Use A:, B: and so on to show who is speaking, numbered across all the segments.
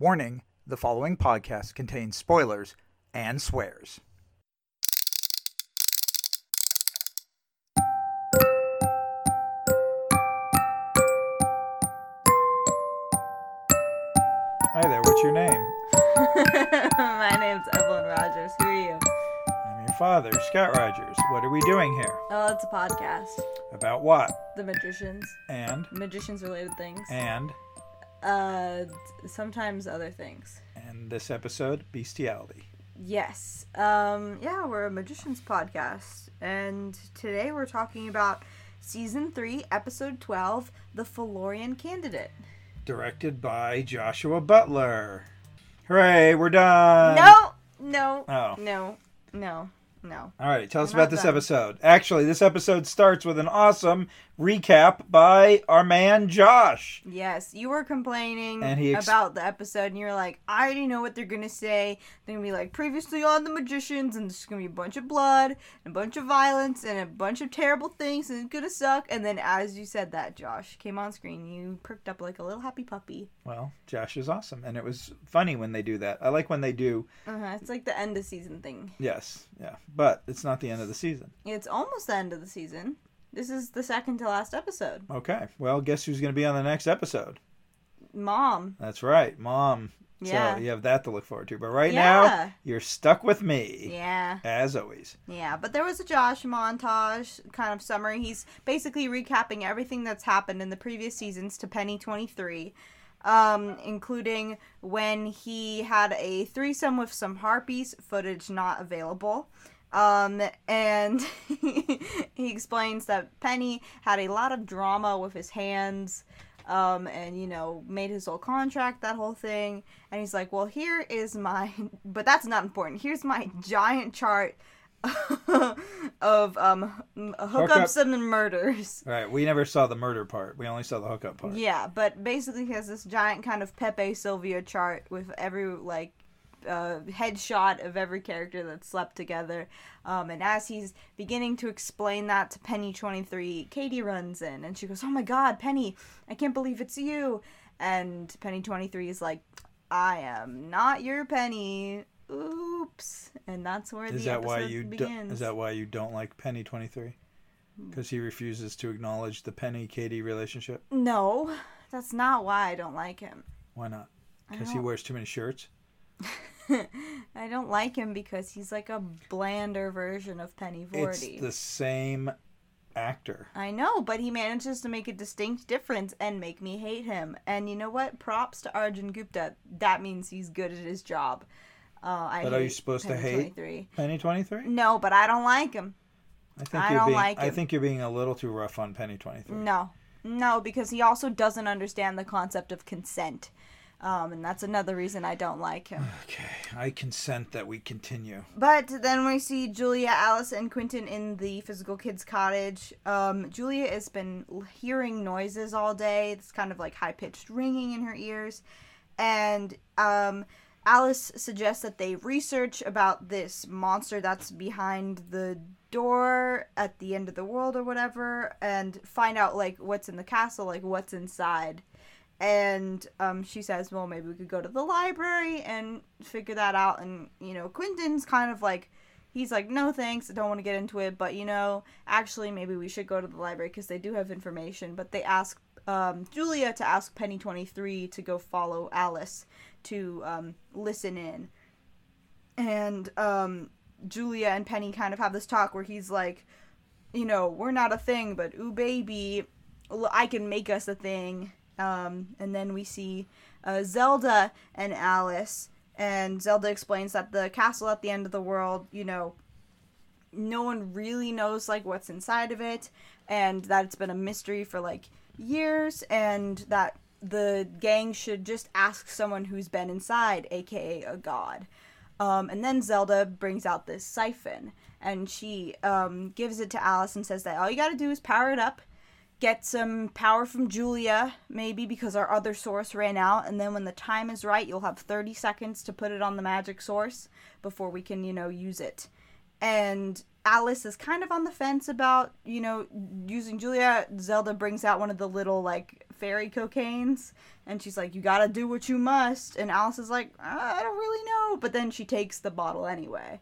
A: Warning the following podcast contains spoilers and swears. Hi there, what's your name?
B: My name's Evelyn Rogers. Who are you?
A: I'm your father, Scott Rogers. What are we doing here?
B: Oh, it's a podcast.
A: About what?
B: The magicians,
A: And,
B: magicians related things.
A: and,
B: Uh, sometimes other things.
A: and this episode, bestiality.
B: Yes. Um, yeah, we're a magicians podcast, and today we're talking about season three, episode twelve, the Falorian Candidate.
A: Directed by Joshua Butler. Hooray, we're done!
B: no, no,
A: Um, Oh.
B: no, no, no.
A: All right, tell us
B: We're not
A: about this
B: done.
A: episode. Actually, this episode starts with an awesome recap by our man Josh.
B: Yes, you were complaining
A: And he ex-
B: about the episode, and you were like, I already know what they're gonna say. They're gonna be like, previously on the magicians, and there's gonna be a bunch of blood, and a bunch of violence, and a bunch of terrible things, and it's gonna suck. And then as you said that, Josh came on screen, you perked up like a little happy puppy.
A: Well, Josh is awesome, and it was funny when they do that. I like when they do.
B: Uh-huh, it's like the end of season thing.
A: Yes, yeah, but it's not the end of the season.
B: It's almost the end of the season. This is the second to last episode.
A: Okay, well, guess who's going to be on the next episode?
B: Mom.
A: That's right, Mom.
B: Yeah.
A: So you have that to look forward to. But right now,
B: Yeah.
A: you're stuck with me,
B: Yeah.
A: as always.
B: Yeah, but there was a Josh montage kind of summary. He's basically recapping everything that's happened in the previous seasons to Penny 23, um, including when he had a threesome with some harpies, footage not available. Um, and he explains that Penny had a lot of drama with his hands. Um, and you know, made his whole contract, that whole thing. And he's like, Well, here is my, but that's not important. Here's my giant chart of um m- hookups and murders.
A: All right, we never saw the murder part. We only saw the hookup part.
B: Yeah, but basically he has this giant kind of Pepe Sylvia chart with every like uh, headshot of every character that slept together. Um, and as he's beginning to explain that to Penny 23, Katie runs in and she goes, "Oh my God, Penny! I can't believe it's you!" And Penny 23 is like, "I am not your Penny." Oops. And that's where
A: Is
B: the
A: that
B: episode
A: why you do,
B: begins. Hmm.
A: is that why you don't like Penny Twenty Three? Because he refuses to acknowledge the Penny Katie relationship.
B: No, that's not why I don't like him.
A: Why not? Because he wears too many shirts.
B: I don't like him because he's like a blander version of Penny Vorty.
A: It's the same actor.
B: I know, but he manages to make a distinct difference and make me hate him. And you know what? Props to Arjun Gupta. That means he's good at his job. Uh, I
A: But are you
B: hate
A: supposed to
B: Penny
A: hate?
B: 23.
A: Penny Twenty Three.
B: No, but I don't like him.
A: I think
B: Mm, I
A: you're
B: don't
A: being.
B: like
A: I
B: him. Mm.
A: think you're being a little too rough on Penny Twenty Three.
B: No, no, because he also doesn't understand the concept of consent. Um, and that's another reason I don't like him.
A: Okay, I consent that we continue.
B: But then we see Julia, Alice, and Quentin in the physical kids' cottage. Um, Julia has been l- hearing noises all day. It's kind of like high pitched ringing in her ears. And um, Alice suggests that they research about this monster that's behind the door at the end of the world or whatever and find out like what's in the castle, like what's inside and um, she says, "Well, maybe we could go to the library and figure that out." And you know, Quentin's kind of like, he's like, "No, thanks, I don't want to get into it." But you know, actually, maybe we should go to the library because they do have information. But they ask um, Julia to ask Penny Twenty Three to go follow Alice to um, listen in, and um, Julia and Penny kind of have this talk where he's like, you know, we're not a thing, but ooh, baby, l- I can make us a thing. Um, and then we see uh, Zelda and Alice, and Zelda explains that the castle at the end of the world, you know, no one really knows like what's inside of it, and that it's been a mystery for like years, and that the gang should just ask someone who's been inside, aka a god. Um, and then Zelda brings out this siphon, and she um, gives it to Alice and says that all you gotta do is power it up, get some power from Julia, maybe because our other source ran out, and then when the time is right, you'll have 30 seconds to put it on the magic source before we can, you know, use it. And Alice is kind of on the fence about, you know, using Julia. Zelda brings out one of the little, like, fairy cocaines, and she's like, "You gotta do what you must." And Alice is like, "I don't really know," but then she takes the bottle anyway.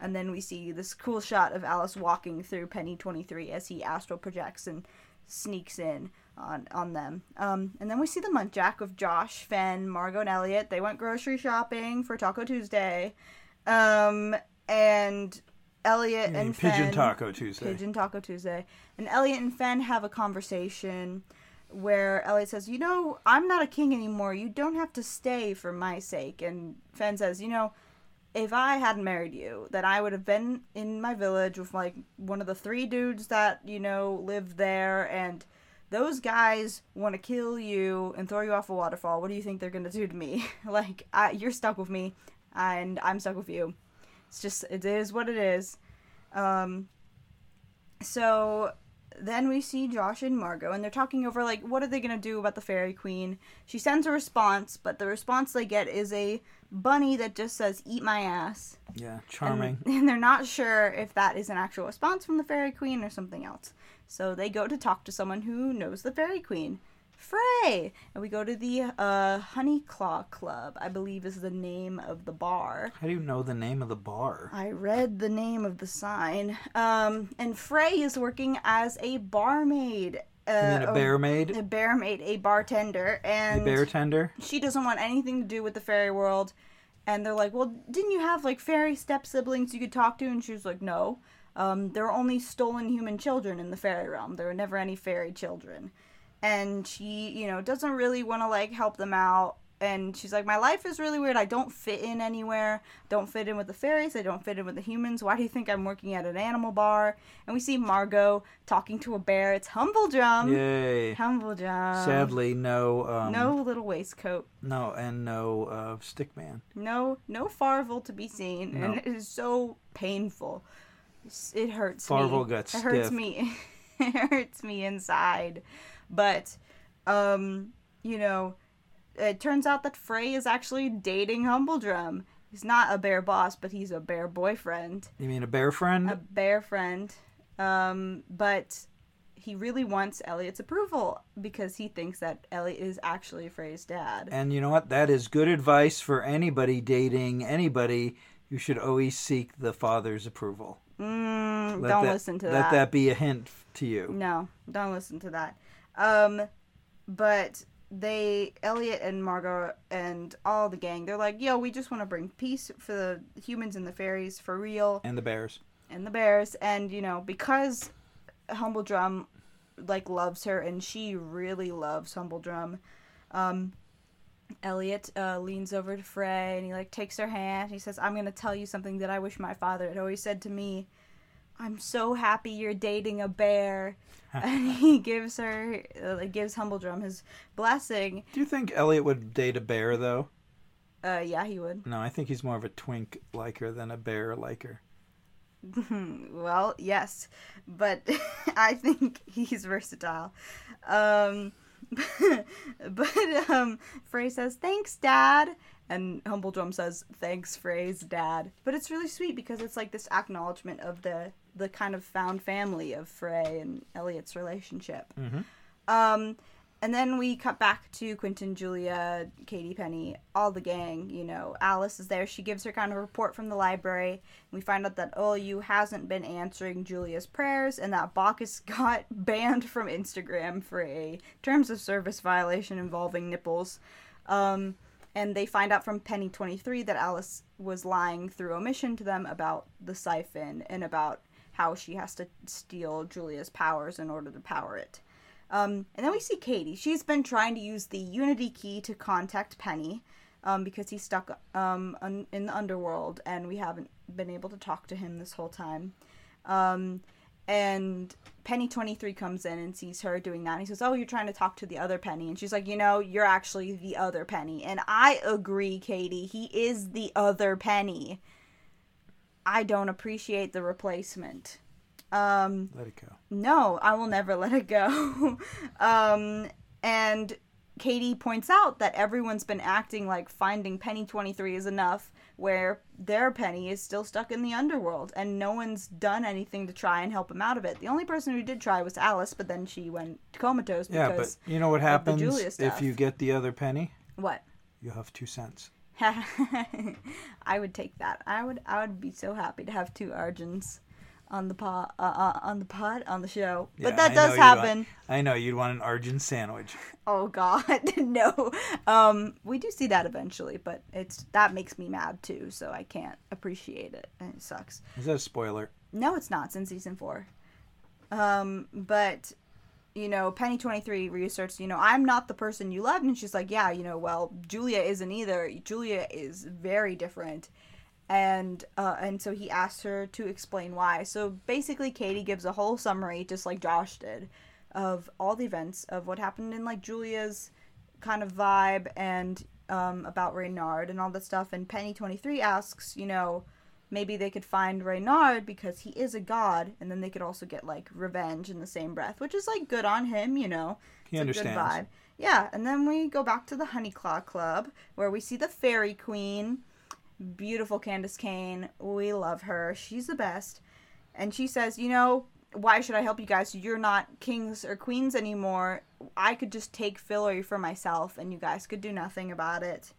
B: And then we see this cool shot of Alice walking through Penny 23 as he astral projects and sneaks in on on them. Um, and then we see the munchak of Josh, Fenn, Margot, and Elliot. They went grocery shopping for Taco Tuesday, um, and Elliot and
A: Pigeon
B: Fenn,
A: Taco Tuesday.
B: Pigeon Taco Tuesday, and Elliot and Fenn have a conversation where Elliot says, "You know, I'm not a king anymore. You don't have to stay for my sake." And Fenn says, "You know." If I hadn't married you, then I would have been in my village with like one of the three dudes that, you know, live there and those guys want to kill you and throw you off a waterfall. What do you think they're gonna do to me? like, I, you're stuck with me, and I'm stuck with you. It's just it is what it is. Um, so then we see Josh and Margot, and they're talking over like what are they gonna do about the Fairy Queen. She sends a response, but the response they get is a bunny that just says "eat my ass,"
A: Yeah,
B: and-
A: charming.
B: and they're not sure if that is an actual response from the Fairy Queen or something else. So they go to talk to someone who knows the Fairy Queen. Frey! And we go to the uh, Honey Claw Club, I believe is the name of the bar.
A: How do you know the name of the bar?
B: I read the name of the sign. Um, and Frey is working as a barmaid. Uh,
A: You mean a bear maid?
B: A barmaid, a bartender.
A: A
B: And
A: bear tender?
B: she doesn't want anything to do with the fairy world. And they're like, well, didn't you have like fairy step siblings you could talk to? And she was like, no. Um, there are only stolen human children in the fairy realm. There are never any fairy children. And she, you know, doesn't really want to like help them out. And she's like, my life is really weird. I don't fit in anywhere. Don't fit in with the fairies. I don't fit in with the humans. Why do you think I'm working at an animal bar? And we see Margot talking to a bear. It's Humble Drum.
A: Yay.
B: Humble Drum.
A: Sadly, no. Um,
B: Um, No little waistcoat.
A: No, and no uh, Stickman.
B: No, no Farvel to be seen,
A: No.
B: and it is so painful. S- It hurts.
A: Farvel
B: me.
A: got
B: It hurts
A: stiffed.
B: me. it hurts me inside, but, um, you know, it turns out that Frey is actually dating Humbledrum. He's not a bear boss, but he's a bear boyfriend,
A: You mean a bear friend?
B: a bear friend. Um, but he really wants Elliot's approval because he thinks that Elliot is actually Frey's dad.
A: And you know what? That is good advice for anybody dating anybody. You should always seek the father's approval.
B: Mm,
A: Let
B: don't listen to
A: Let that be a hint to you.
B: No, don't listen to that. Um, but they, Elliot and Margot and all the gang, they're like, yo, we just want to bring peace for the humans and the fairies for real
A: And the bears.
B: and the bears. And, you know, because Humble Drum, like, loves her and she really loves Humble Drum, um, Elliot uh, leans over to Frey and he, like, takes her hand. He says, I'm going to tell you something that I wish my father had always said to me. I'm so happy you're dating a bear. and he gives her, uh, like, gives Humbledrum his blessing.
A: Do you think Elliot would date a bear though?
B: Uh, yeah, he would.
A: No, I think he's more of a twink liker than a bear liker.
B: well, yes, but I think he's versatile. Um, but um, Frey says, "Thanks, Dad," and Humble Drum says, "Thanks, Frey's dad." But it's really sweet because it's like this acknowledgement of the the kind of found family of Frey and Elliot's relationship. Um, and then we cut back to Quentin, Julia, Katie, Penny, all the gang. You know, Alice is there. She gives her kind of report from the library. We find out that OU hasn't been answering Julia's prayers and that Bacchus got banned from Instagram for a terms of service violation involving nipples. Um, and they find out from Penny23 that Alice was lying through omission to them about the siphon and about how she has to steal Julia's powers in order to power it. Um, and then we see Katie. She's been trying to use the Unity key to contact Penny um, because he's stuck um, un- in the underworld and we haven't been able to talk to him this whole time. Um, and Penny 23 comes in and sees her doing that. And he says, Oh, you're trying to talk to the other Penny. And she's like, You know, you're actually the other Penny. And I agree, Katie. He is the other Penny. I don't appreciate the replacement. Um,
A: Let it go.
B: no, I will never let it go. um, and Katie points out that everyone's been acting like finding Penny 23 is enough, where their Penny is still stuck in the underworld, and no one's done anything to try and help him out of it. The only person who did try was Alice, but then she went comatose
A: Yeah,
B: because.
A: but you know what
B: of the
A: happens
B: Julia
A: if
B: stuff.
A: you get the other penny?
B: What?
A: You have two cents.
B: I would take that. I would. I would be so happy to have two Argents on the pod, uh, uh, on the pod, on the show.
A: Yeah,
B: but that
A: I know uh,
B: does
A: you'd want-
B: happen.
A: I know you'd want an Argent sandwich.
B: Oh God, no. Um, we do see that eventually, but it's that makes me mad too. So I can't appreciate it, and it sucks.
A: Is that a spoiler?
B: No, it's not. It's in season four. Um, but you know, Penny twenty three reasserts, you know, I'm not the person you loved, and she's like, yeah, you know, well, Julia isn't either. Julia is very different, and uh, and so he asks her to explain why. So basically, Katie gives a whole summary, just like Josh did, of all the events of what happened in like Julia's kind of vibe and um, about Reynard and all that stuff. And Penny twenty three asks, you know, maybe they could find Reynard because he is a god, and then they could also get like revenge in the same breath, which is like good on him, you know.
A: He
B: It's a good
A: understands.
B: vibe. Yeah, and then we go back to the Honeyclaw Club where we see the Fairy Queen, beautiful Candace Kane. We love her. She's the best. And she says, "You know, why should I help you guys? You're not kings or queens anymore. I could just take Fillory for myself and you guys could do nothing about it."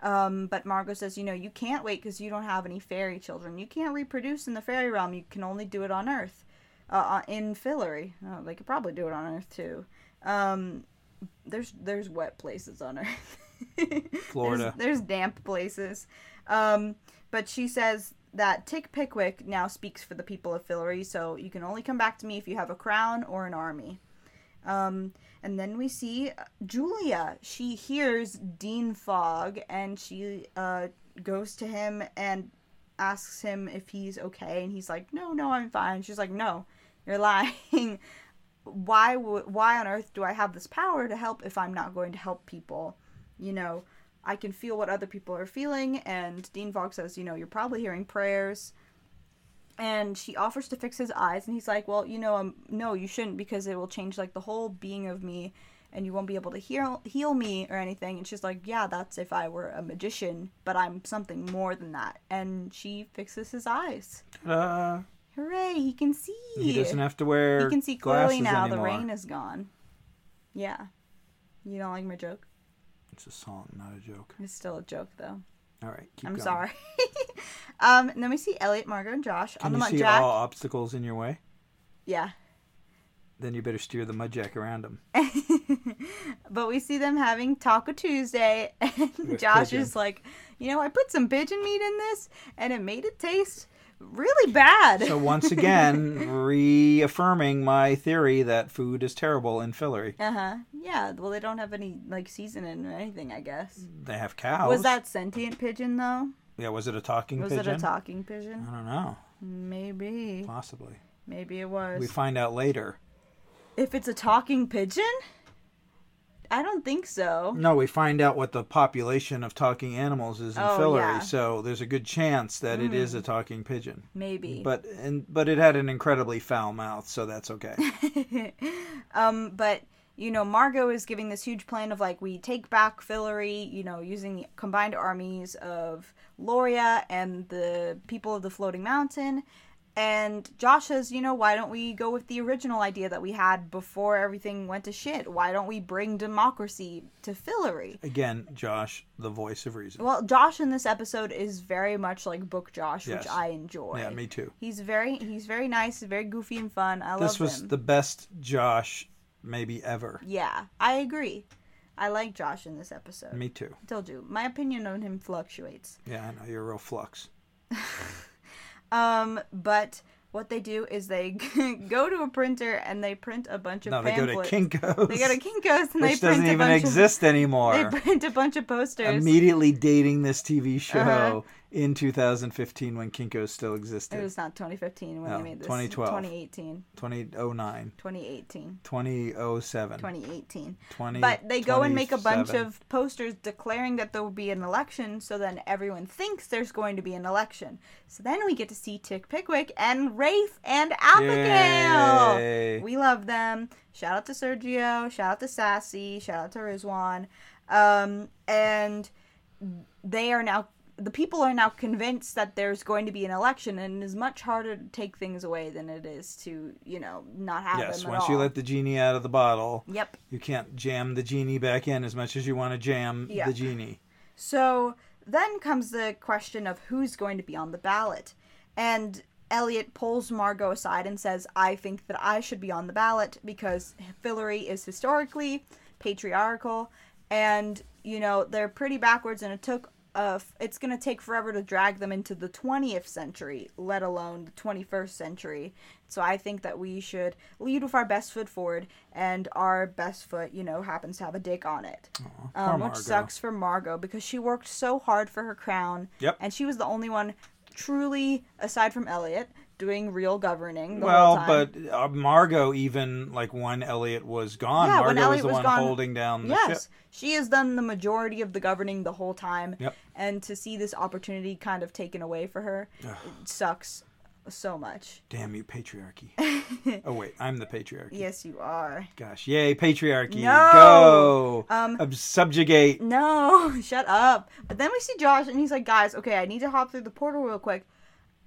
B: Um, but Margot says, you know, you can't wait because you don't have any fairy children. You can't reproduce in the fairy realm. You can only do it on Earth, uh, uh, in Fillory. Oh, they could probably do it on Earth too. Um, there's there's wet places on Earth. There's-
A: Florida.
B: there's damp places. Um, but she says that Tick Pickwick now speaks for the people of Fillory, so you can only come back to me if you have a crown or an army. Um, and then we see uh, Julia. She hears Dean Fogg and she uh, goes to him and asks him if he's okay. And he's like, No, no, I'm fine. She's like, No, you're lying. why, w- why on earth do I have this power to help if I'm not going to help people? You know, I can feel what other people are feeling. And Dean Fogg says, You know, you're probably hearing prayers and she offers to fix his eyes and he's like well you know um, no you shouldn't because it will change like the whole being of me and you won't be able to heal heal me or anything and she's like yeah that's if i were a magician but i'm something more than that and she fixes his eyes
A: Ta-da.
B: hooray he can see
A: Uh, He doesn't have to wear.
B: He can see
A: glasses
B: clearly now
A: Anymore.
B: the rain is gone yeah you don't like my joke
A: It's a song, not a joke.
B: it's still a joke though
A: All right, keep
B: i'm
A: going.
B: sorry um and then we see elliot margot and josh on
A: Can
B: the
A: you
B: mud
A: see
B: jack
A: all obstacles in your way?
B: yeah
A: Then you better steer the mudjack around them.
B: but we see them having Taco Tuesday, and
A: With
B: Josh
A: pigeon.
B: is like, you know, I put some pigeon meat in this, and it made it taste really bad.
A: So once again, reaffirming my theory that food is terrible in Fillory.
B: uh huh. Yeah. Well, they don't have any like seasoning or anything, I guess.
A: They have cows.
B: Was that sentient pigeon though?
A: Yeah, was it a talking
B: Was
A: pigeon?
B: it a talking
A: I
B: pigeon?
A: don't know.
B: Maybe.
A: Possibly.
B: Maybe it was.
A: We find out later.
B: if it's a talking pigeon, I don't think so.
A: No, we find out what the population of talking animals is in
B: Oh,
A: Fillory,
B: yeah. Mm-hmm.
A: so there's a good chance that it is a talking pigeon.
B: Maybe.
A: But and but it had an incredibly foul mouth, so that's okay.
B: um, but you know, Margot is giving this huge plan of like we take back Fillory, you know, using the combined armies of Loria and the people of the Floating Mountain. And Josh says, you know, why don't we go with the original idea that we had before everything went to shit? Why don't we bring democracy to Fillory?
A: Again, Josh, the voice of reason.
B: Well, Josh in this episode is very much like Book Josh,
A: Yes.
B: which I enjoy.
A: yeah, me too.
B: He's very he's very nice, very goofy and fun. I love
A: This was
B: him.
A: the best Josh maybe ever.
B: Yeah, I agree. I like Josh in this episode.
A: Me too.
B: Told you, my opinion on him fluctuates.
A: Yeah, I know you're a real flux.
B: Um, but what they do is they go to a printer and they print a bunch of
A: No, they go to
B: pamphlets.
A: Kinko's,
B: They go to Kinko's and
A: which
B: they print
A: doesn't
B: a
A: even
B: bunch
A: exist
B: Of, they
A: anymore.
B: print a bunch of posters.
A: Immediately dating this TV show
B: Uh-huh.
A: in 2015 when Kinko's still
B: It
A: existed.
B: was not 2015 when
A: No,
B: they made this.
A: 2012.
B: 2018.
A: 2009,
B: 2018.
A: 2007,
B: 2018.
A: 20
B: But they go and make a bunch
A: 27.
B: of posters declaring that there will be an election, so then everyone thinks there's going to be an election. So then we get to see Tick Pickwick and Rafe and Abigail.
A: Yay.
B: We love them. Shout out to Sergio. Shout out to Sassy. Shout out to Rizwan. Um, and they are now the people are now convinced that there's going to be an election, and it is much harder to take things away than it is to you know not have
A: Yes,
B: them at
A: once
B: all.
A: you let the genie out of the bottle,
B: yep.
A: you can't jam the genie back in as much as you want to jam
B: Yeah.
A: the genie.
B: So then comes the question of who's going to be on the ballot. And Elliot pulls Margot aside and says, I think that I should be on the ballot because Fillory is historically patriarchal and, you know, they're pretty backwards and it took. Uh, it's going to take forever to drag them into the 20th century, let alone the 21st century. So I think that we should lead with our best foot forward, and our best foot, you know, happens to have a dick on it
A: Poor
B: um, which
A: Margot.
B: sucks for Margot because she worked so hard for her crown.
A: Yep.
B: And she was the only one truly, aside from Elliot, doing real governing the
A: Well,
B: whole time.
A: but uh, Margot, even like when Elliot was gone,
B: Yeah,
A: Margot
B: when
A: was
B: Elliot
A: the
B: was
A: one
B: gone-
A: holding down the ship.
B: yes, she has done the majority of the governing the whole time.
A: Yep.
B: And to see this opportunity kind of taken away for her, it sucks so much.
A: Damn you, patriarchy. oh, wait, I'm the patriarchy.
B: Yes, you are.
A: Gosh, yay, patriarchy.
B: No!
A: Go! Um, subjugate.
B: No, shut up. But then we see Josh, and he's like, guys, okay, I need to hop through the portal real quick.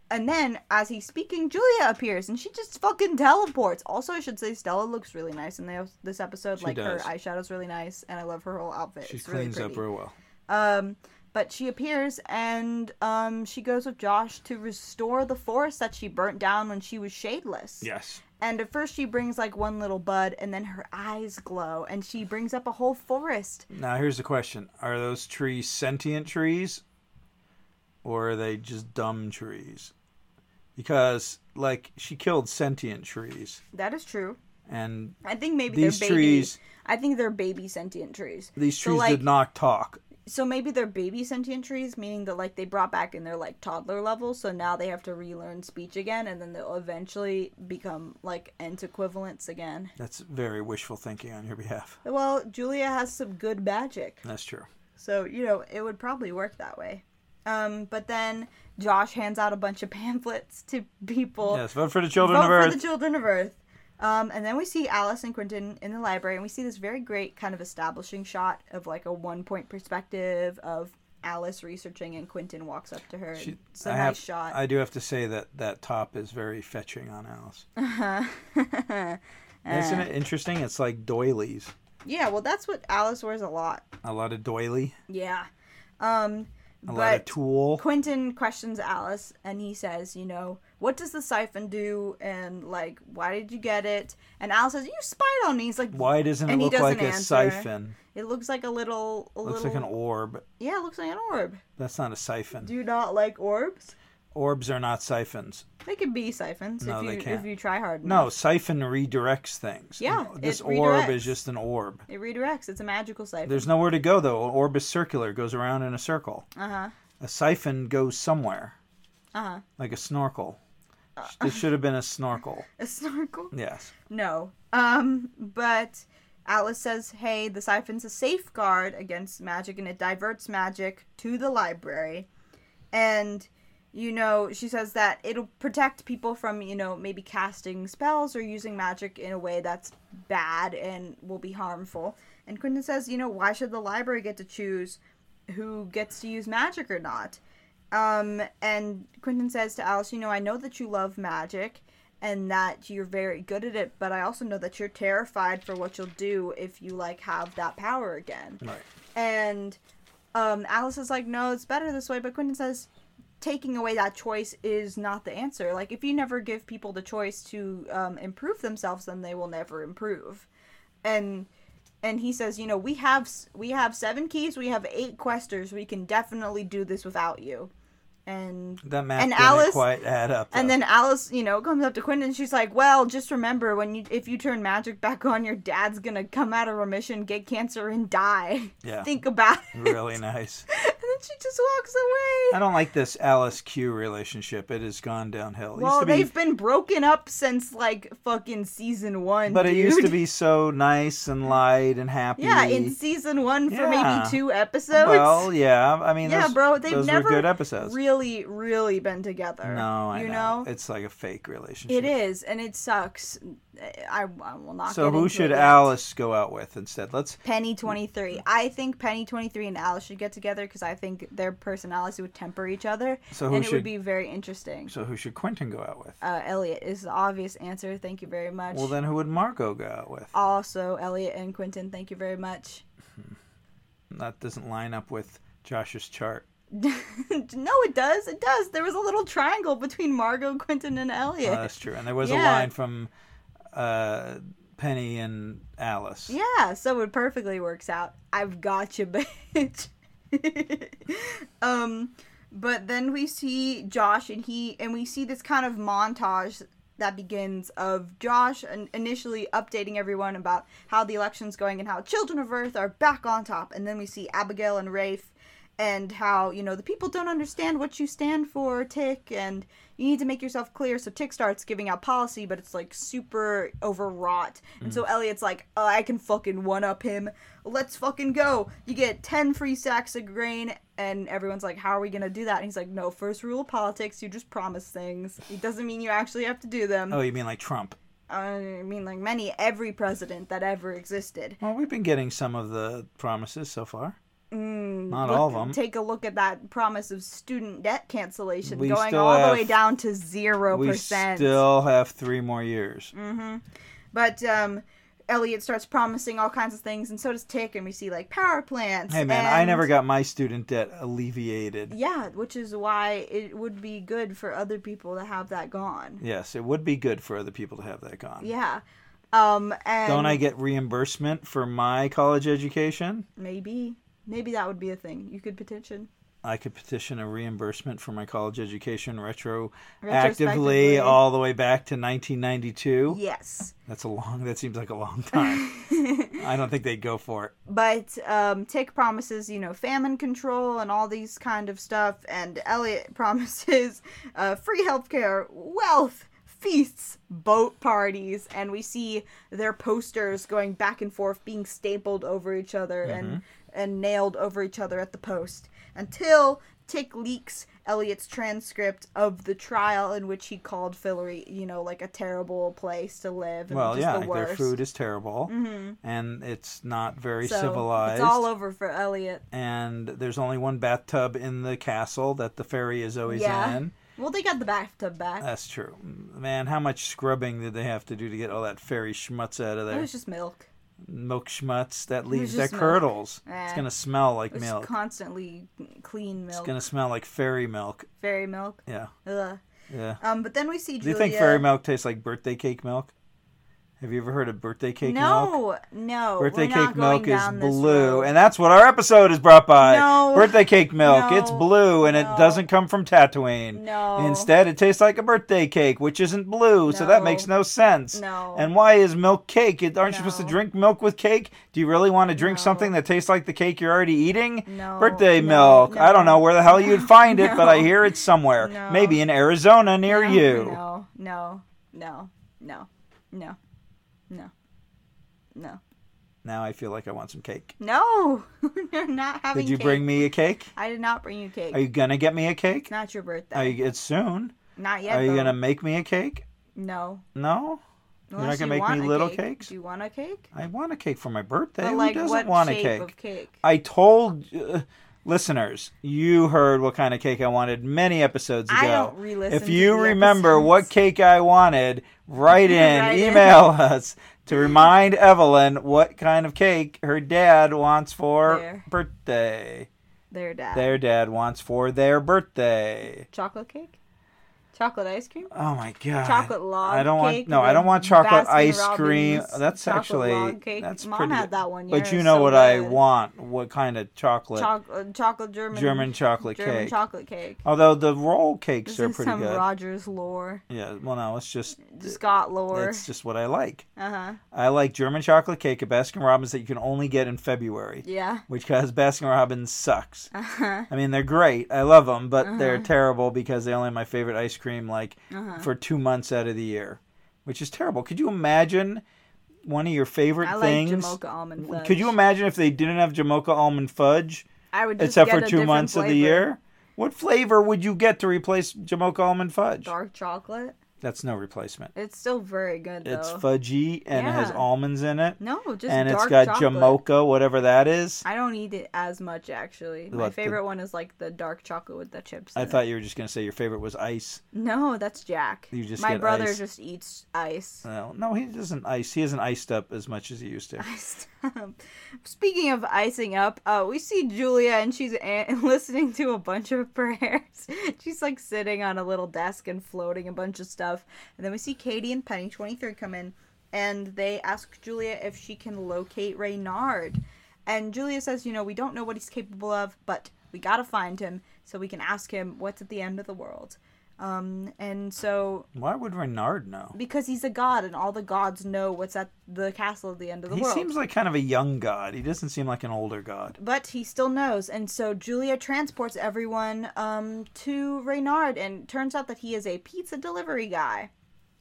B: And then, as he's speaking, Julia appears, and she just fucking teleports. Also, I should say Stella looks really nice in the, this episode. like
A: does.
B: her eyeshadow's really nice, and I love her whole outfit.
A: She
B: it's
A: cleans
B: really
A: up
B: pretty.
A: real well.
B: Um, but she appears, and um, she goes with Josh to restore the forest that she burnt down when she was shadeless.
A: Yes.
B: And at first, she brings like one little bud, and then her eyes glow, and she brings up a whole forest.
A: Now, here's the question Are those trees sentient trees? Or are they just dumb trees? Because, like, she killed sentient trees.
B: That is true.
A: And
B: I think maybe
A: These
B: they're baby.
A: trees-
B: I think they're baby sentient trees.
A: these
B: So,
A: trees
B: like-
A: did not talk.
B: So maybe they're baby sentient trees, meaning that like they brought back in their like toddler level. So now they have to relearn speech again, and then they'll eventually become like ant equivalents again.
A: That's very wishful thinking on your behalf.
B: Well, Julia has some good magic.
A: That's true.
B: So, you know, it would probably work that way. Um, but then Josh hands out a bunch of pamphlets to people.
A: Yes, vote for the children
B: Vote
A: of
B: for
A: Earth.
B: the children of Earth. Um, and then we see Alice and Quentin in the library, and we see this very great kind of establishing shot of like a one point perspective of Alice researching, and Quentin walks up to her.
A: She-
B: and it's
A: I
B: a nice
A: have-
B: shot.
A: I do have to say that that top is very fetching on Alice.
B: Uh,
A: Isn't it interesting? It's like doilies.
B: yeah, well, that's what Alice wears a lot.
A: A lot of doily,
B: Yeah. Um,
A: a lot of
B: but
A: tulle.
B: Quentin questions Alice and he says, you know, what does the siphon do? And like, why did you get it? And Alice says, you spied on me. He's like,
A: Why doesn't it
B: and he
A: look
B: doesn't
A: like a
B: answer.
A: siphon?
B: It looks like a little, a
A: Looks
B: little,
A: like an orb.
B: yeah, it looks like an orb.
A: That's not a siphon.
B: Do you not like orbs?
A: Orbs are not siphons.
B: They could be siphons
A: No,
B: if you
A: they can't.
B: if you try hard enough.
A: No, siphon redirects things.
B: Yeah,
A: And this
B: it
A: orb is
B: redirects.
A: just an orb.
B: It redirects. It's a magical siphon.
A: There's nowhere to go though. An orb is circular, it goes around in a circle.
B: Uh huh.
A: A siphon goes somewhere,
B: Uh huh.
A: like a snorkel.
B: Uh.
A: It should have been a snorkel.
B: A snorkel?
A: Yes.
B: No. Um, but Alice says, hey, the siphon's a safeguard against magic and it diverts magic to the library. And, you know, she says that it'll protect people from, you know, maybe casting spells or using magic in a way that's bad and will be harmful. And Quentin says, you know, why should the library get to choose who gets to use magic or not? Um, and Quentin says to Alice, You know, I know that you love magic and that you're very good at it, but I also know that you're terrified for what you'll do if you, like, have that power again.
A: Right.
B: And um, Alice is like, No, it's better this way. But Quentin says, Taking away that choice is not the answer. Like, if you never give people the choice to um, improve themselves, then they will never improve. And and he says, you know, we have s- we have seven keys, we have eight questers. We can definitely do this without you. And
A: That math
B: And
A: didn't
B: Alice-
A: quite add up.
B: and
A: though.
B: then Alice, you know, comes up to Quentin and she's like, "Well, just remember when you if you turn magic back on, your dad's going to come out of remission, get cancer and die.
A: Yeah.
B: Think about it."
A: really nice.
B: And then then she just walks away.
A: I don't like this Alice Q relationship. It has gone downhill. It used
B: Well,
A: to be-
B: they've been broken up since like fucking season one.
A: but it used to
B: dude.
A: be so nice and light and happy.
B: Yeah, in season one
A: Yeah.
B: for maybe two episodes.
A: well, yeah. I mean,
B: yeah,
A: those,
B: bro, they've
A: those
B: never
A: were good episodes.
B: really, really been together.
A: no, I
B: you
A: know.
B: know,
A: it's like a fake relationship.
B: it is, and it sucks. I, I will not.
A: So
B: get
A: who
B: into
A: should
B: it yet.
A: Alice go out with instead? Let's
B: Penny twenty three. I think Penny twenty three and Alice should get together because I think their personalities would temper each other,
A: So who
B: and it
A: should-
B: would be very interesting.
A: So who should Quentin go out with?
B: Uh, Elliot is the obvious answer. Thank you very much.
A: Well, then who would Marco go out with?
B: also, Elliot and Quentin, thank you very much.
A: That doesn't line up with Josh's chart.
B: no, it does. It does. There was a little triangle between Margot, Quentin, and Elliot.
A: Oh, that's true. And there was a
B: Yeah.
A: line from uh, Penny and Alice.
B: Yeah, so it perfectly works out. I've got you, bitch. um, but then we see Josh and he and we see this kind of montage that begins of Josh in- initially updating everyone about how the election's going and how Children of Earth are back on top, and then we see Abigail and Rafe and how you know the people don't understand what you stand for tick and you need to make yourself clear so tick starts giving out policy but it's like super overwrought and so elliot's like oh, i can fucking one up him let's fucking go you get 10 free sacks of grain and everyone's like how are we gonna do that and he's like no first rule of politics you just promise things it doesn't mean you actually have to do them
A: Oh, you mean like Trump?
B: i mean like many every president that ever existed
A: Well, we've been getting some of the promises so far.
B: Mm,
A: Not
B: look-
A: all of 'em.
B: Take a look at that promise of student debt cancellation
A: We
B: going
A: still
B: all
A: have-
B: the way down to zero
A: We
B: percent.
A: still have three more years.
B: But um, Elliot starts promising all kinds of things, and so does Tick, and we see like power plants.
A: Hey, man, I
B: and-
A: never got my student debt alleviated.
B: Yeah, which is why it would be good for other people to have that gone.
A: Yes, it would be good for other people to have that gone.
B: Yeah. Um, and
A: Don't I get reimbursement for my college education?
B: maybe maybe that would be a thing you could petition.
A: I could petition a reimbursement for my college education retroactively
B: Retrospectively.
A: all the way back to 1992.
B: Yes.
A: That's a long. That seems like a long time. I don't think they'd go for it.
B: but um, Tick promises, you know, famine control and all these kind of stuff, and Elliot promises uh, free healthcare, wealth, feasts, boat parties, and we see their posters going back and forth, being stapled over each other
A: Mm-hmm.
B: and and nailed over each other at the post until Tick leaks Elliot's transcript of the trial in which he called Fillory, you know, like a terrible place to live. And
A: Well,
B: just
A: yeah,
B: the
A: like
B: worst. Mm-hmm.
A: their food is terrible, and it's not very
B: So,
A: civilized.
B: It's all over for Elliot.
A: and there's only one bathtub in the castle that the fairy is always
B: Yeah.
A: in.
B: Well, they got the bathtub back.
A: That's true. Man, how much scrubbing did they have to do to get all that fairy schmutz out of
B: it
A: there?
B: was just milk.
A: milk schmutz that leaves that
B: just milk.
A: curdles. It's
B: Eh.
A: gonna smell like
B: It was
A: milk.
B: constantly clean milk,
A: It's gonna smell like fairy milk.
B: fairy milk.
A: Yeah,
B: Ugh.
A: yeah.
B: Um, but then we see
A: Do you
B: Julia.
A: think fairy milk tastes like birthday cake milk? Have you ever heard of birthday cake milk?
B: No, no.
A: Birthday
B: we're not
A: cake
B: going
A: milk is
B: down this
A: blue,
B: road.
A: and that's what our episode is brought by.
B: No.
A: Birthday cake milk. it's
B: No.
A: blue, and it
B: No.
A: doesn't come from Tatooine.
B: No.
A: Instead, it tastes like a birthday cake, which isn't blue, so that
B: No.
A: makes no sense.
B: No.
A: And why is milk cake? It- Aren't you supposed to
B: No.
A: drink milk with cake? Do you really want to drink
B: No.
A: something that tastes like the cake you're already eating?
B: No.
A: Birthday
B: No.
A: milk. I don't
B: No.
A: know where the hell you'd find it, but I
B: No.
A: hear it's somewhere.
B: No.
A: Maybe in Arizona near
B: No,
A: you.
B: No, no, no, no, no, no, no,
A: Now I feel like I want some cake.
B: no. You're not having.
A: Did you
B: cake.
A: bring me a cake?
B: I did not bring you cake.
A: Are you gonna get me a cake?
B: It's not your birthday.
A: Are you, it's soon.
B: not yet.
A: Are you
B: though.
A: gonna make me a cake?
B: No.
A: No, not
B: Unless
A: gonna
B: you
A: make me
B: want a
A: little
B: cake.
A: cakes?
B: Do you want a cake?
A: I want a cake for my birthday.
B: But like,
A: Who
B: what
A: doesn't want a
B: shape
A: cake?
B: of cake?
A: I told uh, listeners, you heard what kind of cake I wanted many episodes ago.
B: I don't re-listen
A: If
B: to
A: you
B: the
A: remember
B: episodes.
A: what cake I wanted, write in,
B: Write in.
A: email us to remind Evelyn what kind of cake her dad wants for
B: Their-
A: birthday.
B: Their dad.
A: Their dad wants for their birthday.
B: Chocolate cake? Chocolate ice cream?
A: Oh my god.
B: Chocolate log
A: I don't want
B: cake
A: no, I
B: with
A: don't want chocolate
B: Baskin
A: ice cream.
B: Robbins
A: That's
B: chocolate
A: actually
B: log cake.
A: that's
B: Mom
A: pretty
B: had
A: good.
B: that one
A: But
B: year,
A: you know
B: so
A: what I
B: good.
A: want? What kind of chocolate?
B: Chocolate, chocolate German,
A: German chocolate
B: German
A: cake.
B: chocolate cake.
A: Although the roll cakes
B: This
A: are
B: is
A: pretty
B: some
A: good.
B: Rogers lore,
A: yeah, well no, it's just
B: Scott lore.
A: it's just what I like.
B: Uh huh.
A: I like German chocolate cake at Baskin Robbins that you can only get in February,
B: Yeah.
A: which because Baskin Robbins sucks.
B: Uh huh.
A: I mean, they're great. I love them, but they're
B: Uh-huh.
A: terrible because they only have my favorite ice cream like for two months out of the year, which is terrible. Could you imagine one of your favorite
B: I like
A: things?
B: Jamocha almond fudge.
A: Could you imagine if they didn't have Jamocha almond fudge
B: I would just
A: except
B: get
A: for
B: a
A: two
B: different
A: months of the
B: flavor.
A: year? What flavor would you get to replace Jamocha almond fudge?
B: Dark chocolate.
A: That's no replacement.
B: It's still very good though.
A: It's fudgy and it has
B: Yeah.
A: almonds in it,
B: No, just
A: and
B: dark
A: it's got
B: chocolate.
A: Jamocha, whatever that is.
B: I don't eat it as much actually. My
A: What, the-
B: favorite one is like the dark chocolate with the chips.
A: I
B: in it.
A: thought you were just gonna say your favorite was ice.
B: No, that's Jack.
A: You just
B: My
A: get
B: brother
A: ice.
B: just eats ice.
A: No, no, he doesn't ice. He isn't iced up as much as he used to.
B: Speaking of icing up, uh, we see Julia and she's a- listening to a bunch of prayers. she's like sitting on a little desk and floating a bunch of stuff. And then we see Katie and Penny 23 come in and they ask Julia if she can locate Reynard. And Julia says, you know, we don't know what he's capable of, but we gotta find him so we can ask him what's at the end of the world. Um, and so
A: Why would Renard know?
B: because he's a god and all the gods know what's at the castle at the end of the
A: He
B: world.
A: seems like kind of a young god. He doesn't seem like an older god.
B: but he still knows and so julia transports everyone um, to reynard and turns out that he is a pizza delivery guy